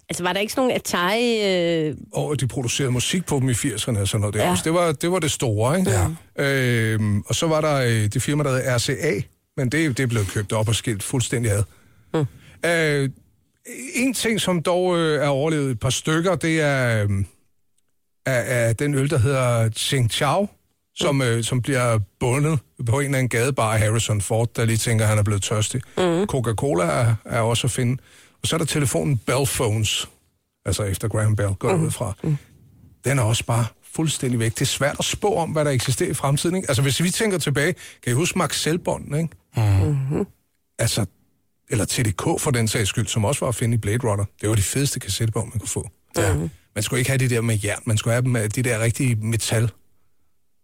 altså, var der ikke sådan nogle Atari... Øh,
Og at de producerede musik på dem i 80'erne og sådan noget der.
Ja.
Ja. Det, var, det var det store, ikke? Ja. Øhm, og så var der øh, det firma, der hed RCA, men det, det blev købt op og skilt fuldstændig ad. Mm. Øh, en ting, som dog øh, er overlevet et par stykker, det er, øh, er, er den øl, der hedder Tsingtao, som, mm. øh, som bliver bundet på en eller anden gadebar af Harrison Ford, der lige tænker, at han er blevet tørstig. Mm. Coca-Cola er, er også at finde. Og så er der telefonen Bell Phones, altså efter Graham Bell, går mm. ud fra. Den er også bare fuldstændig væk. Det er svært at spå om, hvad der eksisterer i fremtiden. Ikke? Altså, hvis vi tænker tilbage, kan I huske Max Selbond, ikke?
Mm-hmm.
Altså, eller TDK for den sags skyld, som også var at finde i Blade Runner. Det var det fedeste kassettebånd, man kunne få. Ja. Man skulle ikke have det der med jern, man skulle have dem af de der rigtige metal.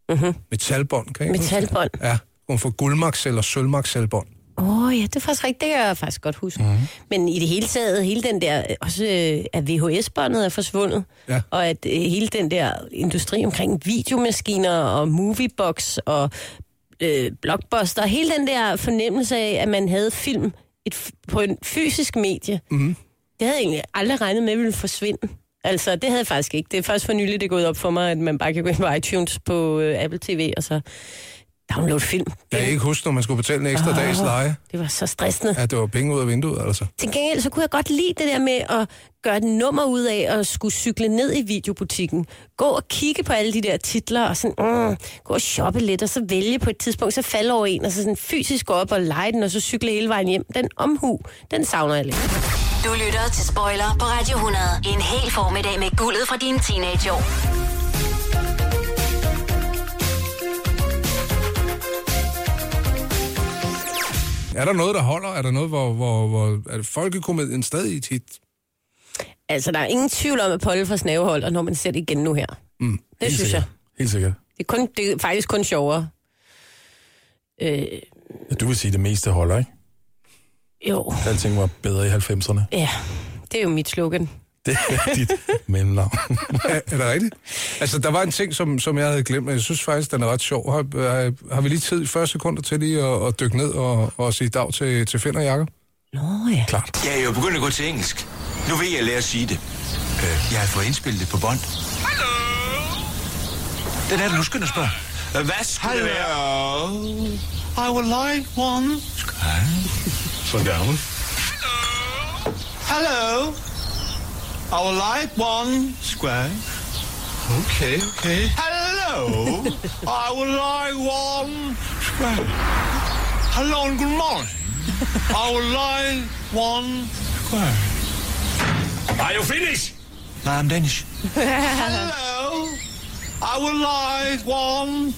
Mm-hmm.
Metalbånd, kan I ikke huske?
Metalbånd.
Ja, hun får guldmaks eller sølvmakselbånd.
Åh oh, ja, det er faktisk rigtigt, det kan jeg faktisk godt huske.
Mhm.
Mm-hmm. Men i det hele taget, hele den der, øh, også øh, at VHS-båndet er forsvundet,
Ja.
og at øh, hele den der industri omkring videomaskiner og moviebox og øh, blockbuster, hele den der fornemmelse af, at man havde film et, f- på en fysisk medie,
Mm.
det havde jeg egentlig aldrig regnet med, ville forsvinde. Altså, det havde jeg faktisk ikke. Det er først for nylig, det er gået op for mig, at man bare kan gå ind på iTunes på øh, Apple TV og så downloade film.
Jeg kan ikke huske, når man skulle betale en ekstra
Åh,
oh, dags leje.
Det var så stressende.
Ja, det var penge ud af vinduet, altså.
Til gengæld så kunne jeg godt lide det der med at gøre et nummer ud af at skulle cykle ned i videobutikken. Gå og kigge på alle de der titler og sådan, mm, gå og shoppe lidt og så vælge på et tidspunkt, så falde over en og så sådan fysisk gå op og lege den og så cykle hele vejen hjem. Den omhu, den savner jeg lidt.
Du lytter til Spoiler på Radio 100. En hel formiddag med guldet fra dine teenageår.
Er der noget, der holder? Er der noget, hvor, hvor, hvor er det folkekomedien stadig tit?
Altså, der er ingen tvivl om, at Polde fra Snavehold, og når man ser det igen nu her.
Mm,
Det synes
sikkert.
jeg.
Helt sikkert.
Det er, kun, det er faktisk kun sjovere. Øh,
Ja, du vil sige, at det meste holder, ikke?
jo,
Alting var bedre i 90'erne.
ja. Det er jo mit slogan.
Det er dit mellemnavn.
er, er det rigtigt? Altså, der var en ting, som, som jeg havde glemt, men jeg synes faktisk, den er ret sjov. Har, har, har vi lige tid i 40 sekunder til lige at, at dykke ned og, og sige dag til, til Finn og Jakob?
Nå ja.
Klart.
Jeg er jo begyndt at gå til engelsk. Nu ved jeg at lære at sige det. Øh, Jeg har fået indspillet det på bånd. Den er der nu skynd at spørge. Øh, Hvad skal det være?
I would like one.
For gammel.
Hello. I would like Oh, one square. Okay, okay. Hello. I would like one square. Hello and good morning. I would like one square. Are you finished?
Nej, I'm Danish.
Hello. I would like one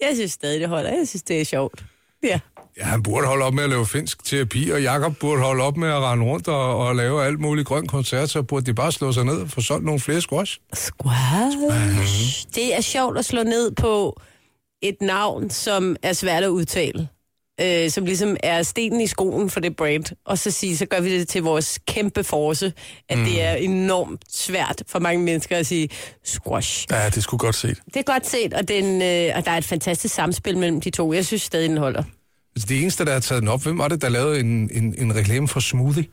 jeg synes stadig, det holder. Jeg synes, det er sjovt. Ja.
Ja, han burde holde op med at lave finsk terapi, og Jakob burde holde op med at rende rundt og, og lave alt muligt grøn koncert, så burde de bare slå sig ned og få solgt nogle flere squash.
Squash. Det er sjovt at slå ned på et navn, som er svært at udtale. Øh, som ligesom er stenen i skoen for det brand. Og så sige, så gør vi det til vores kæmpe force, at mm.
Mm.
det er enormt svært for mange mennesker at sige squash.
Ja, det skulle godt set.
Det er godt set, og, den, øh, og der er et fantastisk samspil mellem de to. Jeg synes stadig, den holder.
Altså, det eneste, der har taget den op, hvem var det, der lavede en, en, en reklame for smoothie?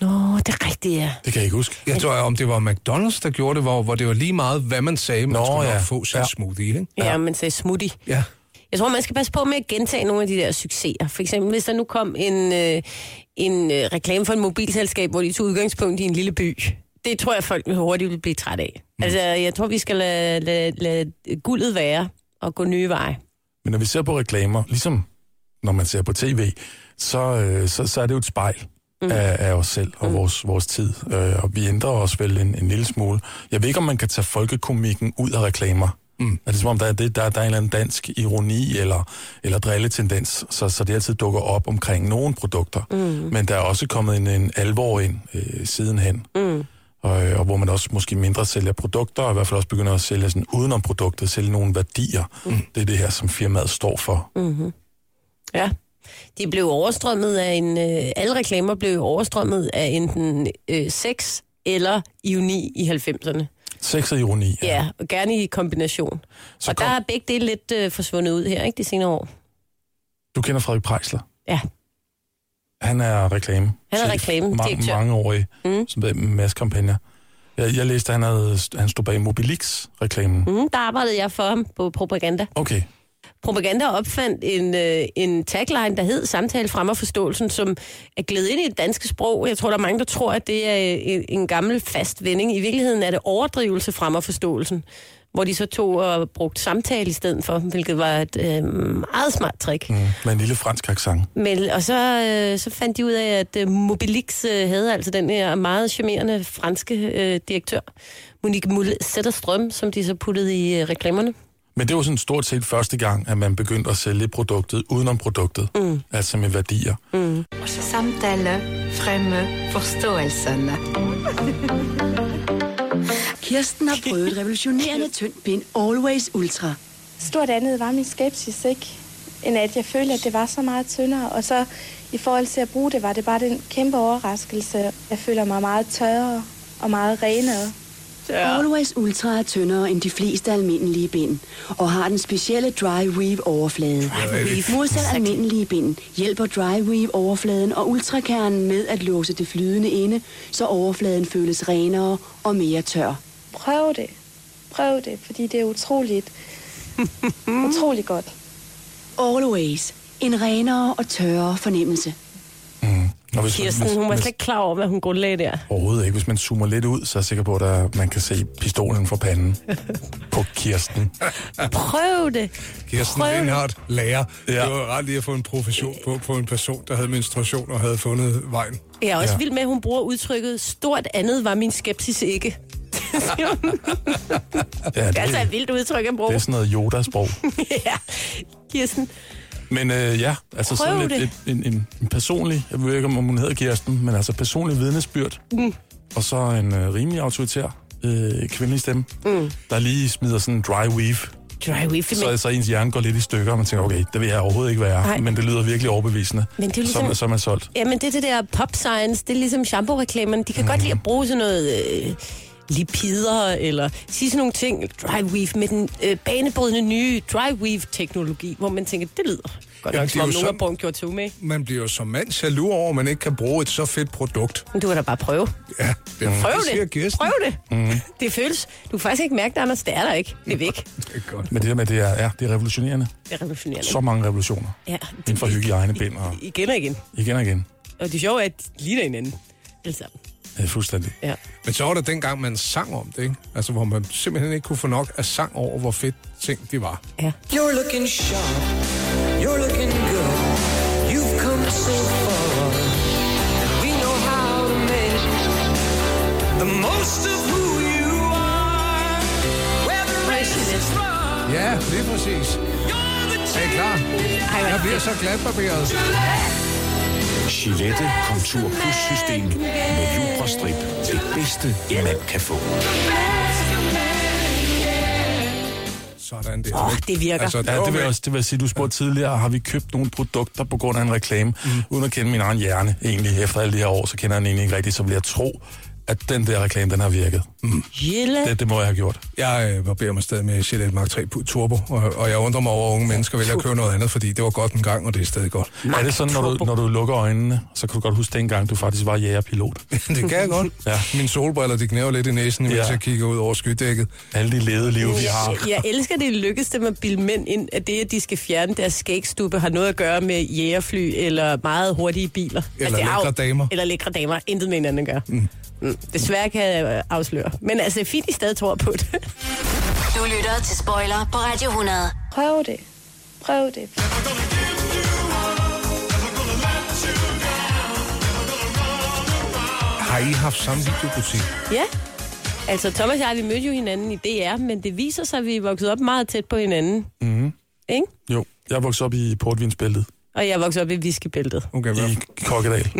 Nå, det er rigtigt, ja.
Det kan jeg ikke huske.
Jeg tror, om det var McDonald's, der gjorde det, hvor, hvor det var lige meget, hvad man sagde, man Nå, skulle ja. nok få sin ja. smoothie, ikke?
Ja, ja man sagde smoothie.
Ja.
Jeg tror, man skal passe på med at gentage nogle af de der succeser. For eksempel, hvis der nu kom en, øh, en øh, reklame for et mobilselskab, hvor de tog udgangspunkt i en lille by. Det tror jeg, folk hurtigt vil blive træt af. Mm. Altså, jeg tror, vi skal lade, lade, lade guldet være og gå nye veje.
Men når vi ser på reklamer, ligesom når man ser på tv, så, øh, så, så er det jo et spejl mm. af, af os selv og mm. vores, vores tid. Øh, og vi ændrer os vel en, en lille smule. Jeg ved ikke, om man kan tage folkekomikken ud af reklamer. Mm. Er det som om, der er, det, der, der er en eller anden dansk ironi eller, eller drilletendens, så, så det altid dukker op omkring nogle produkter. Mm. Men der er også kommet en, en alvor ind øh, sidenhen.
Mm.
Og, øh, og hvor man også måske mindre sælger produkter, og i hvert fald også begynder at sælge sådan udenom produktet, sælge nogle værdier. Mm. Det er det her, som firmaet står for.
Mm-hmm. Ja. De blev overstrømmet af en... Øh, alle reklamer blev overstrømmet af enten øh, sex eller ironi i 90'erne.
Sex og ironi.
Ja, ja og gerne i kombination. Så og kom... der er begge dele lidt øh, forsvundet ud her, ikke, de senere år.
Du kender Frederik Prejsler.
Ja.
Han er reklame.
Han er reklamedirektør.
Mange, mange år i
Mm.
mm. masskampagner. Jeg, jeg læste, at han, havde, han stod bag Mobilix-reklamen.
Mm, der arbejdede jeg for ham på propaganda.
Okay.
Propaganda opfandt en, øh, en tagline, der hed Samtale fremmer forståelsen, som er glædet ind i det danske sprog. Jeg tror, der er mange, der tror, at det er øh, en, en gammel fast vending. I virkeligheden er det overdrivelse fremmer forståelsen, hvor de så tog og brugte samtale i stedet for, hvilket var et øh, meget smart trick. Mm.
Med en lille fransk accent.
Men, og så, øh, så fandt de ud af, at øh, Mobilix øh, havde altså den her meget charmerende franske øh, direktør, Monique Mulle Sætterstrøm, som de så puttede i øh, reklamerne.
Men det var sådan stort set første gang, at man begyndte at sælge produktet udenom produktet. Mm. Altså med værdier.
Mm. Samtale fremme forståelsen.
Kirsten har prøvet et revolutionerende tyndt bind Always Ultra.
Stort andet var min skepsis, ikke? End at jeg følte, at det var så meget tyndere. Og så i forhold til at bruge det, var det bare den kæmpe overraskelse. Jeg føler mig meget tørre og meget renere.
Always Ultra er tyndere end de fleste almindelige bind, og har den specielle Dry Weave overflade.
Weave.
Modsat almindelige bind hjælper Dry Weave overfladen og ultrakernen med at låse det flydende inde, så overfladen føles renere og mere tør.
Prøv det. Prøv det, fordi det er utroligt, utroligt godt.
Always. En renere og tørrere fornemmelse.
Og hvis,
Kirsten, hun var slet ikke klar over, hvad hun grundlagde der.
Overhovedet ikke. Hvis man zoomer lidt ud, så er jeg sikker på, at der, man kan se pistolen fra panden på Kirsten.
Prøv det.
Kirsten
Prøv det.
Lindhardt, lærer. Ja. Det var ret lige at få en profession på, på en person, der havde menstruation og havde fundet vejen.
Jeg er også ja. vild med, at hun bruger udtrykket, stort andet var min skepsis ikke. Det siger hun.
Ja, det,
det er altså et vildt udtryk at bruge.
det er sådan noget Yoda-sprog.
ja. Kirsten,
Men øh, ja, altså
Prøv
sådan
det.
et, et, en, en, en personlig, jeg ved ikke, om hun hedder Kirsten, men altså personlig vidnesbyrd,
Mm.
og så en øh, rimelig autoritær øh, kvindelig stemme,
Mm.
der lige smider sådan en dry weave.
Dry weave,
Så,
men-
så ens hjerne går lidt i stykker, og man tænker, okay, det vil jeg overhovedet ikke være,
Nej.
men det lyder virkelig overbevisende,
Men det er jo ligesom-
som, som er solgt.
Jamen, det er det der pop science, det er ligesom shampoo-reklamerne. De kan mm. godt lide at bruge sådan noget øh, lipider, eller sige sådan nogle ting, dry weave, med den øh, banebrydende nye dry weave-teknologi, hvor man tænker, det lyder godt
Ja,
ja, nok,
det
som
er
om
jo
nogen har
sådan-
brugt gjort til med.
Man bliver jo som mand jaloux over, at man ikke kan bruge et så fedt produkt.
Men du kan da bare prøve.
Ja, det er
Prøv
siger
det.
Kirsten.
Prøv det. Det føles. Du kan faktisk ikke mærke det, Anders. Det er der ikke. Det er væk. Det
Men det der med, det er, ja, det er revolutionerende.
er revolutionerende.
Så mange revolutioner.
Ja,
Inden for hygiejnebind og
igen og igen.
igen og igen.
Og det sjove er, at de ligner hinanden. Alle sammen.
Ja, fuldstændig.
Ja.
Men så var der dengang, man sang om det, ikke? Altså, hvor man simpelthen ikke kunne få nok af sang over, hvor fedt ting de var.
Ja.
You're looking sharp. You're looking good. You've come so far. We know how to make the most of who you are. Where the race is run.
Ja, lige præcis. Er I klar? Jeg bliver så glatbarberet.
Gillette Kontur Plus System med Jurastrip. Det bedste, man kan få.
Sådan der.
Åh, det virker.
Altså, ja,
var
det vil,
med.
jeg også, det vil jeg sige, du spurgte tidligere, har vi købt nogle produkter på grund af en reklame, mm. uden at kende min egen hjerne egentlig. Efter alle de her år, så kender jeg den egentlig ikke rigtigt, så vil jeg tro, at den der reklame, den har virket. Mm.
Gillette.
Det, det må jeg have gjort.
Jeg øh, barberer mig stadig med Gillette Mark 3 Turbo, og, og jeg undrer mig over, at unge mennesker vælger at købe noget andet, fordi det var godt en gang, og det er stadig godt.
er det sådan, når du, når du lukker øjnene, så kan du godt huske dengang, du faktisk var jægerpilot?
det kan jeg godt.
Ja.
Mine solbriller, de knæver lidt i næsen, mens
Ja.
jeg kigger ud over skydækket.
Alle de lede liv, vi har.
Jeg elsker, det lykkes dem at bilde mænd ind, at det, at de skal fjerne deres skægstube, har noget at gøre med jægerfly eller meget hurtige biler. Altså,
Eller
det er jo-
lækre damer.
Eller lækre damer. Intet med hinanden gør. Mm. Mm. Desværre kan jeg øh, afsløre. Men altså, fint, I stadig tror på det.
Du lytter til Spoiler på Radio 100.
Prøv det. Prøv det.
Har I haft samme videobutik?
Ja. Altså, Thomas og jeg, vi mødte jo hinanden i DR, men det viser sig, at vi er vokset op meget tæt på hinanden.
Mm.
Ikke?
Jo, jeg voksede op i portvinsbæltet
Og jeg er vokset op i Viskebæltet.
Okay, hvad?
i Kokkedal,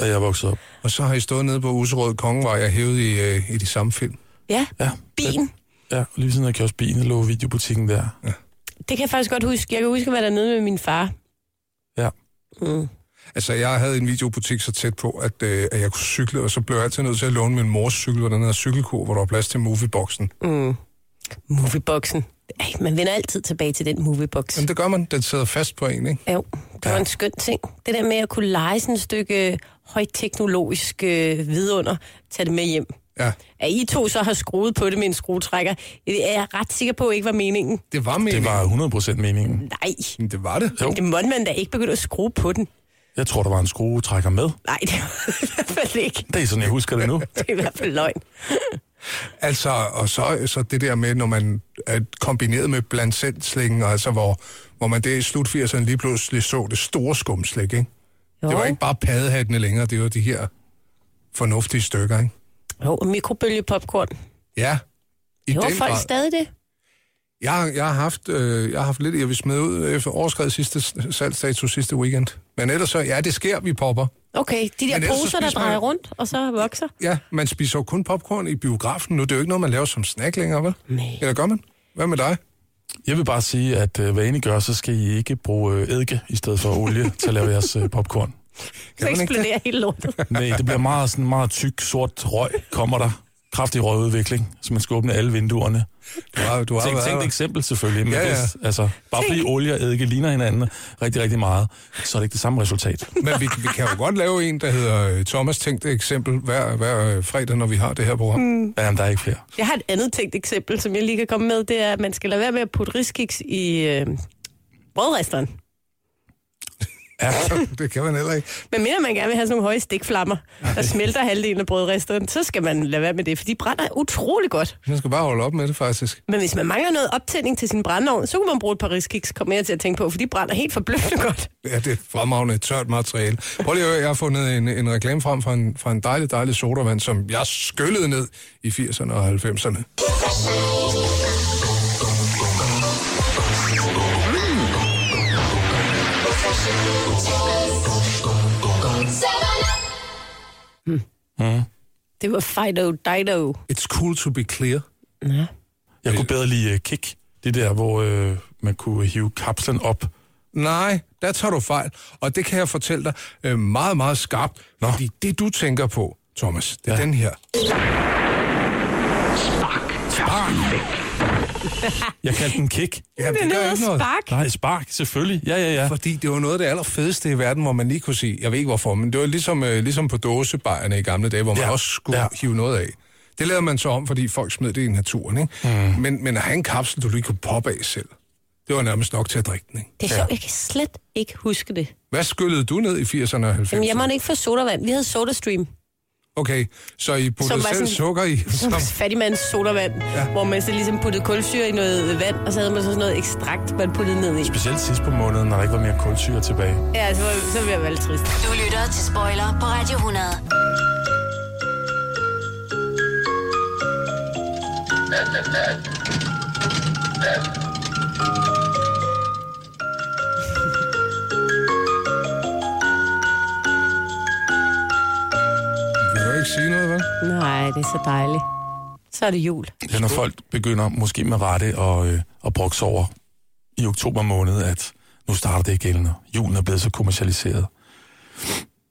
da jeg voksede op.
Og så har I stået nede på Userød Kongevej og hævet i, øh, i de samme film.
Ja,
Ja.
Bien.
Ja, og lige ved siden af kioskbien lå videobutikken der.
det kan jeg faktisk godt huske. Jeg kan huske at være dernede med min far.
Ja.
Mm.
Altså, jeg havde en videobutik så tæt på, at, øh, at jeg kunne cykle, og så blev jeg altid nødt til at låne min mors cykel, og den her cykelkur, hvor der var plads til movieboxen.
Mm. Movieboxen. Ej, man vender altid tilbage til den moviebox.
Jamen, det gør man. Den sidder fast på en, ikke?
Jo, det var en skøn ting. Det der med at kunne lege sådan et stykke øh, højteknologisk øh, vidunder, tage det med hjem.
Ja.
At I to så har skruet på det med en skruetrækker, det er jeg ret sikker på ikke var meningen.
Det var meningen.
Det var 100% meningen.
Nej.
Det var det.
Jo.
Det måtte man da ikke begynde at skrue på den.
Jeg tror, der var en skruetrækker med.
Nej, det var i hvert fald ikke.
Det er sådan, jeg husker det nu.
Det er i hvert fald løgn.
Altså, og så, så det der med, når man er kombineret med blandt selv slikken, altså hvor, hvor man der i slut 80'erne lige pludselig så det store skumslik, ikke? Jo. Det var ikke bare padehattene længere, det var de her fornuftige stykker, ikke?
Jo, og mikrobølgepopcorn.
Ja. I
Gjorde
den
folk
grad.
stadig det?
Jeg, har- jeg, har haft, øh, jeg har haft lidt, jeg vil smide ud efter overskrevet sidste s- salgsdato sidste weekend. Men ellers så, ja, det sker, vi popper.
Okay, de der
Men ellers så
poser, der
spiser man-
drejer rundt, og så vokser.
Ja, man spiser jo kun popcorn i biografen nu. Det er jo ikke noget, man laver som snack længere, vel? Nej. Eller gør man? Hvad med dig?
Jeg vil bare sige, at øh, hvad end I gør, så skal I ikke bruge øh, eddike i stedet for olie til at lave jeres øh, popcorn.
Så eksploderer hele lortet.
Nej, det bliver meget, sådan meget tyk, sort røg, kommer der. Kraftig røgudvikling, så man skal åbne alle vinduerne.
Du har, du har
tænk,
været
tænk
der.
et eksempel selvfølgelig, men
Ja,
ja,
ja.
ja. Det, altså, bare fordi
Tænk.
olie og eddike ligner hinanden rigtig, rigtig meget, så er det ikke det samme resultat.
Men vi, vi kan jo godt lave en, der hedder øh, Thomas tænkte eksempel hver, hver øh, fredag, når vi har det her program.
Mm.
Jamen, der er ikke flere.
Jeg har et andet tænkt eksempel, som jeg lige kan komme med. Det er, at man skal lade være med at putte riskiks i øh, brødristeren.
Ja,
det kan man heller ikke.
Men mere man gerne vil have sådan nogle høje stikflammer, der smelter halvdelen af brødristeren, så skal man lade være med det, for de brænder utrolig godt.
Man skal bare holde op med det, faktisk.
Men hvis man mangler noget optænding til sin brændeovn, så kan man bruge et par riskiks, kommer jeg til at tænke på, for de brænder helt forbløffende godt.
Ja, det er fremragende tørt materiale. Prøv lige at høre, jeg har fundet en, en reklame frem fra en, fra en dejlig, dejlig sodavand, som jeg skyllede ned i 80'erne og 90'erne.
Mm.
Det var Fido Dido.
It's cool to be clear.
Ja.
Jeg kunne bedre lide øh, kick, det der, hvor øh, man kunne hive kapslen op.
Nej, der tager du fejl. Og det kan jeg fortælle dig øh, meget, meget skarpt. Nå. Fordi det, du tænker på, Thomas, det er ja. den her.
Jeg kaldte den kick.
Ja, det, det gør ikke noget.
Spark.
Nej, spark, selvfølgelig. Ja, ja, ja.
Fordi det var noget af det allerfedeste i verden, hvor man lige kunne sige, jeg ved ikke hvorfor, men det var ligesom, øh, ligesom på dåsebejerne i gamle dage, hvor man ja. også skulle ja. hive noget af. Det lavede man så om, fordi folk smed det i naturen, ikke? Mm. Men, men at have en kapsel, du lige kunne poppe af selv, det var nærmest nok til at drikke den, ikke?
Det er sjovt, jeg kan slet ikke huske det.
Hvad skyllede du ned i 80'erne og 90'erne?
Jamen, jeg måtte ikke få sodavand. Vi havde SodaStream.
Okay, så I puttede
Som var
selv
sådan-
sukker i?
Som
Som...
fattigmands sodavand, ja. hvor man så ligesom puttede kulsyre i noget vand, og så havde man så sådan noget ekstrakt, man puttede ned i.
Specielt sidst på måneden, når der ikke var mere kulsyre tilbage.
Ja, så, var- så ville jeg være lidt trist.
Du lytter til Spoiler på Radio 100.
Du kan jo ikke sige noget, vel?
Nej, det er så dejligt. Så er det jul.
Ja, når folk begynder, måske med rette, og, øh, at brokse over i oktober måned, at nu starter det ikke gældende. Julen er blevet så kommercialiseret.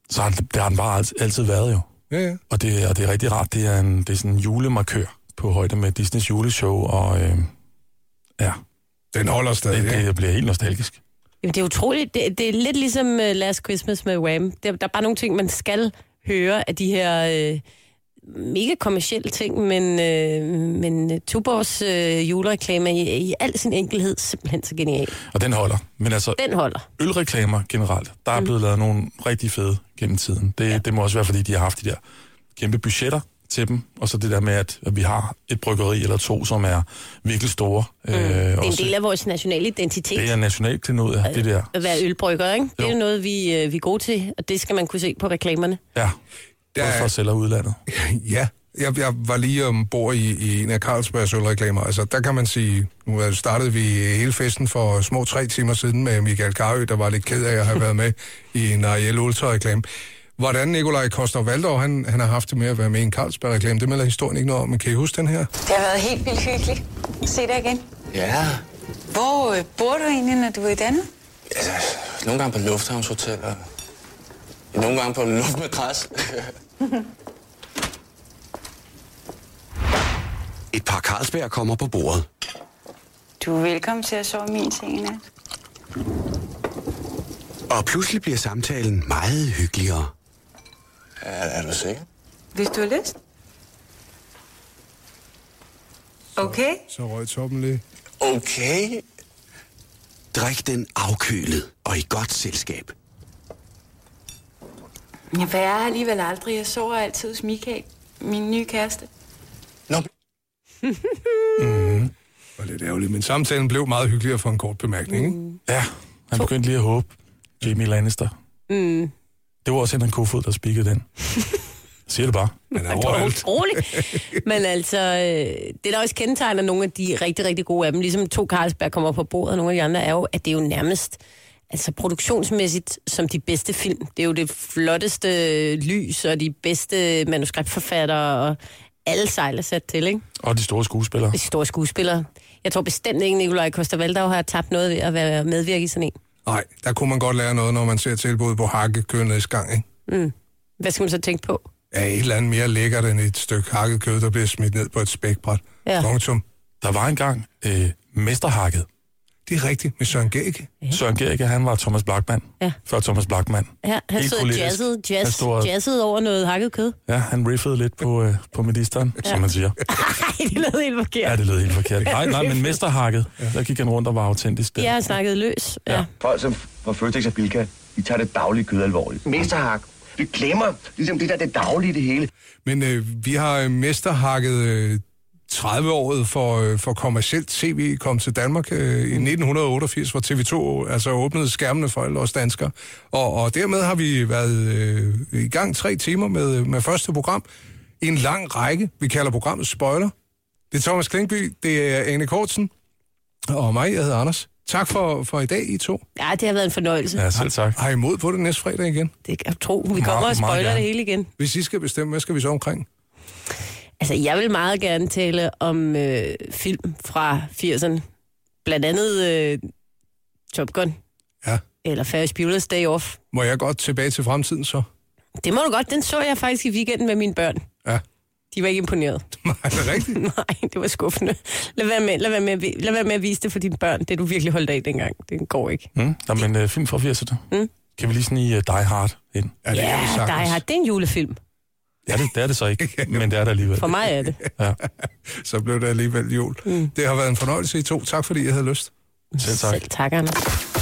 Så har den, det har den bare alt- altid været jo.
Ja, ja.
Og det, og det er rigtig rart. Det er, en, det er sådan en julemarkør på højde med Disneys juleshow, og øh, ja.
Den holder stadig,
Det, det bliver helt nostalgisk.
Jamen, det er utroligt. Det, det er lidt ligesom uh, Last Christmas med Wham. Der, der er bare nogle ting, man skal høre af de her øh, mega kommercielle ting, men, øh, men øh, Tuborgs øh, julereklame er i, i al sin enkelhed simpelthen så genial.
Og den holder. Men altså,
Den holder.
ølreklamer generelt, der
Mm.
er blevet lavet nogle rigtig fede gennem tiden. Det, ja. det må også være, fordi de har haft de der kæmpe budgetter til dem, og så det der med, at vi har et bryggeri eller to, som er virkelig store. Mm. Øh,
Det er en del af Øh, vores nationale identitet.
det er nationalt til noget af det der.
at være ølbrygger, ikke? Det er jo noget, vi, øh, vi er gode til, og det skal man kunne se på reklamerne.
Ja,
Der
både for selv og udlandet.
Ja, jeg, jeg var lige ombord i, i en af Carlsbergs ølreklamer. Altså, der kan man sige, nu øh, startede vi hele festen for små tre timer siden med Michael Karø, der var lidt ked af at have været med i en Ariel Ultra-reklame. Hvordan Nikolaj Koster Valdor, han, han har haft det med at være med i en Carlsberg-reklame, det melder historien ikke noget om, men kan I huske den her?
Det har været helt vildt hyggeligt. Se dig igen.
Ja,
Hvor øh, bor du egentlig, når du er i Danmark?
nogle gange på lufthavnshoteller. Nogle gange på en luftmadras.
Et par Carlsberg kommer på bordet.
Du er velkommen til at sove i min seng i nat.
Og pludselig bliver samtalen meget hyggeligere.
Er, er du sikker?
Hvis du har lyst. Okay.
Så røg toppen lige.
Okay. Drik den afkølet og i godt selskab.
Jeg værre alligevel aldrig. Jeg sover altid hos Michael, min nye kæreste.
Og lidt ærgerligt, men samtalen blev meget hyggeligere for en kort bemærkning, ikke?
Mm. Ja, han begyndte lige at håbe. Jamie Lannister.
Mm.
Det var også Henrik Kofod, der spikede den. Siger det bare.
Men er
Rolig. Men altså, øh, det der også kendetegner nogle af de rigtig, rigtig gode af dem, ligesom to Carlsberg kommer på bordet, og nogle af de andre, er jo, at det er jo nærmest altså produktionsmæssigt som de bedste film. Det er jo det flotteste lys og de bedste manuskriptforfattere og alle sejl er sat til, ikke?
Og de store skuespillere.
De store skuespillere. Jeg tror bestemt ikke, Nikolaj Koster-Valdau har tabt noget ved at være medvirke i sådan en.
Nej, der kunne man godt lære noget, når man ser tilbud på hakket kød ned i skang, ikke?
Mm. Hvad skal man så tænke på?
Ja, et eller andet mere lækkert end et stykke hakket kød, der bliver smidt ned på et spækbræt.
Ja.
Punktum.
Der var engang øh, mesterhakket.
Det er rigtigt, med Søren Gække.
Søren Gække, han var Thomas Blackman.
Ja.
Før Thomas Blackman.
Ja, han
Helt
stod og
kolerisk.
jazzede,
Han
jazz,
stod og-
jazzede over noget hakket kød.
Ja, han riffede lidt på, øh, på ministeren, ja. som man siger.
Nej, det lød helt forkert.
Ja, det lød helt forkert. Nej, nej, men mesterhakket, der gik han rundt og var autentisk. Der.
Jeg har snakket løs. Ja. ja.
Folk som fra Føtex og Bilka, de tager det daglige kød alvorligt. Mesterhak. Vi glemmer ligesom det der det daglige det hele.
Men øh, vi har øh, mesterhakket øh, 30-året for, øh, for kommercielt tv kom til Danmark øh, i 1988, hvor TV2 altså åbnede skærmene for alle os danskere. Og, og dermed har vi været øh, i gang tre timer med, øh, med første program. En lang række. Vi kalder programmet Spoiler. Det er Thomas Klingby, det er Ane Kortsen og mig, jeg hedder Anders. Tak for, for i dag, I to.
Ja, det har været en fornøjelse.
Ja, selv tak.
Har I mod på det næste fredag igen?
Det kan jeg tro. Vi kommer og spoiler det hele igen.
Hvis I skal bestemme, hvad skal vi så omkring?
Altså, jeg vil meget gerne tale om øh, film fra 80'erne. Blandt andet øh, Top Gun.
Ja.
Eller Ferris Bueller's Day Off.
Må jeg godt tilbage til fremtiden så?
Det må du godt. Den så jeg faktisk i weekenden med mine børn.
Ja.
De var ikke imponeret.
Nej, er det rigtigt?
Nej, det var skuffende. Lad være, med, lad, være med, at vi- lad være med at vise det for dine børn, det du virkelig holdt af dengang. Det går ikke.
Mm? Nå, men øh, film fra 80'erne.
Mm.
Kan vi lige sådan i uh, Die Hard ind?
Ja, det
Ja, dig har det er en julefilm.
Ja, det, det er det så ikke, men det er det alligevel.
For mig er det.
Ja.
så blev det alligevel jul. Mm. Det har været en fornøjelse i to. Tak fordi I havde lyst.
Selv tak.
Selv tak, Anders.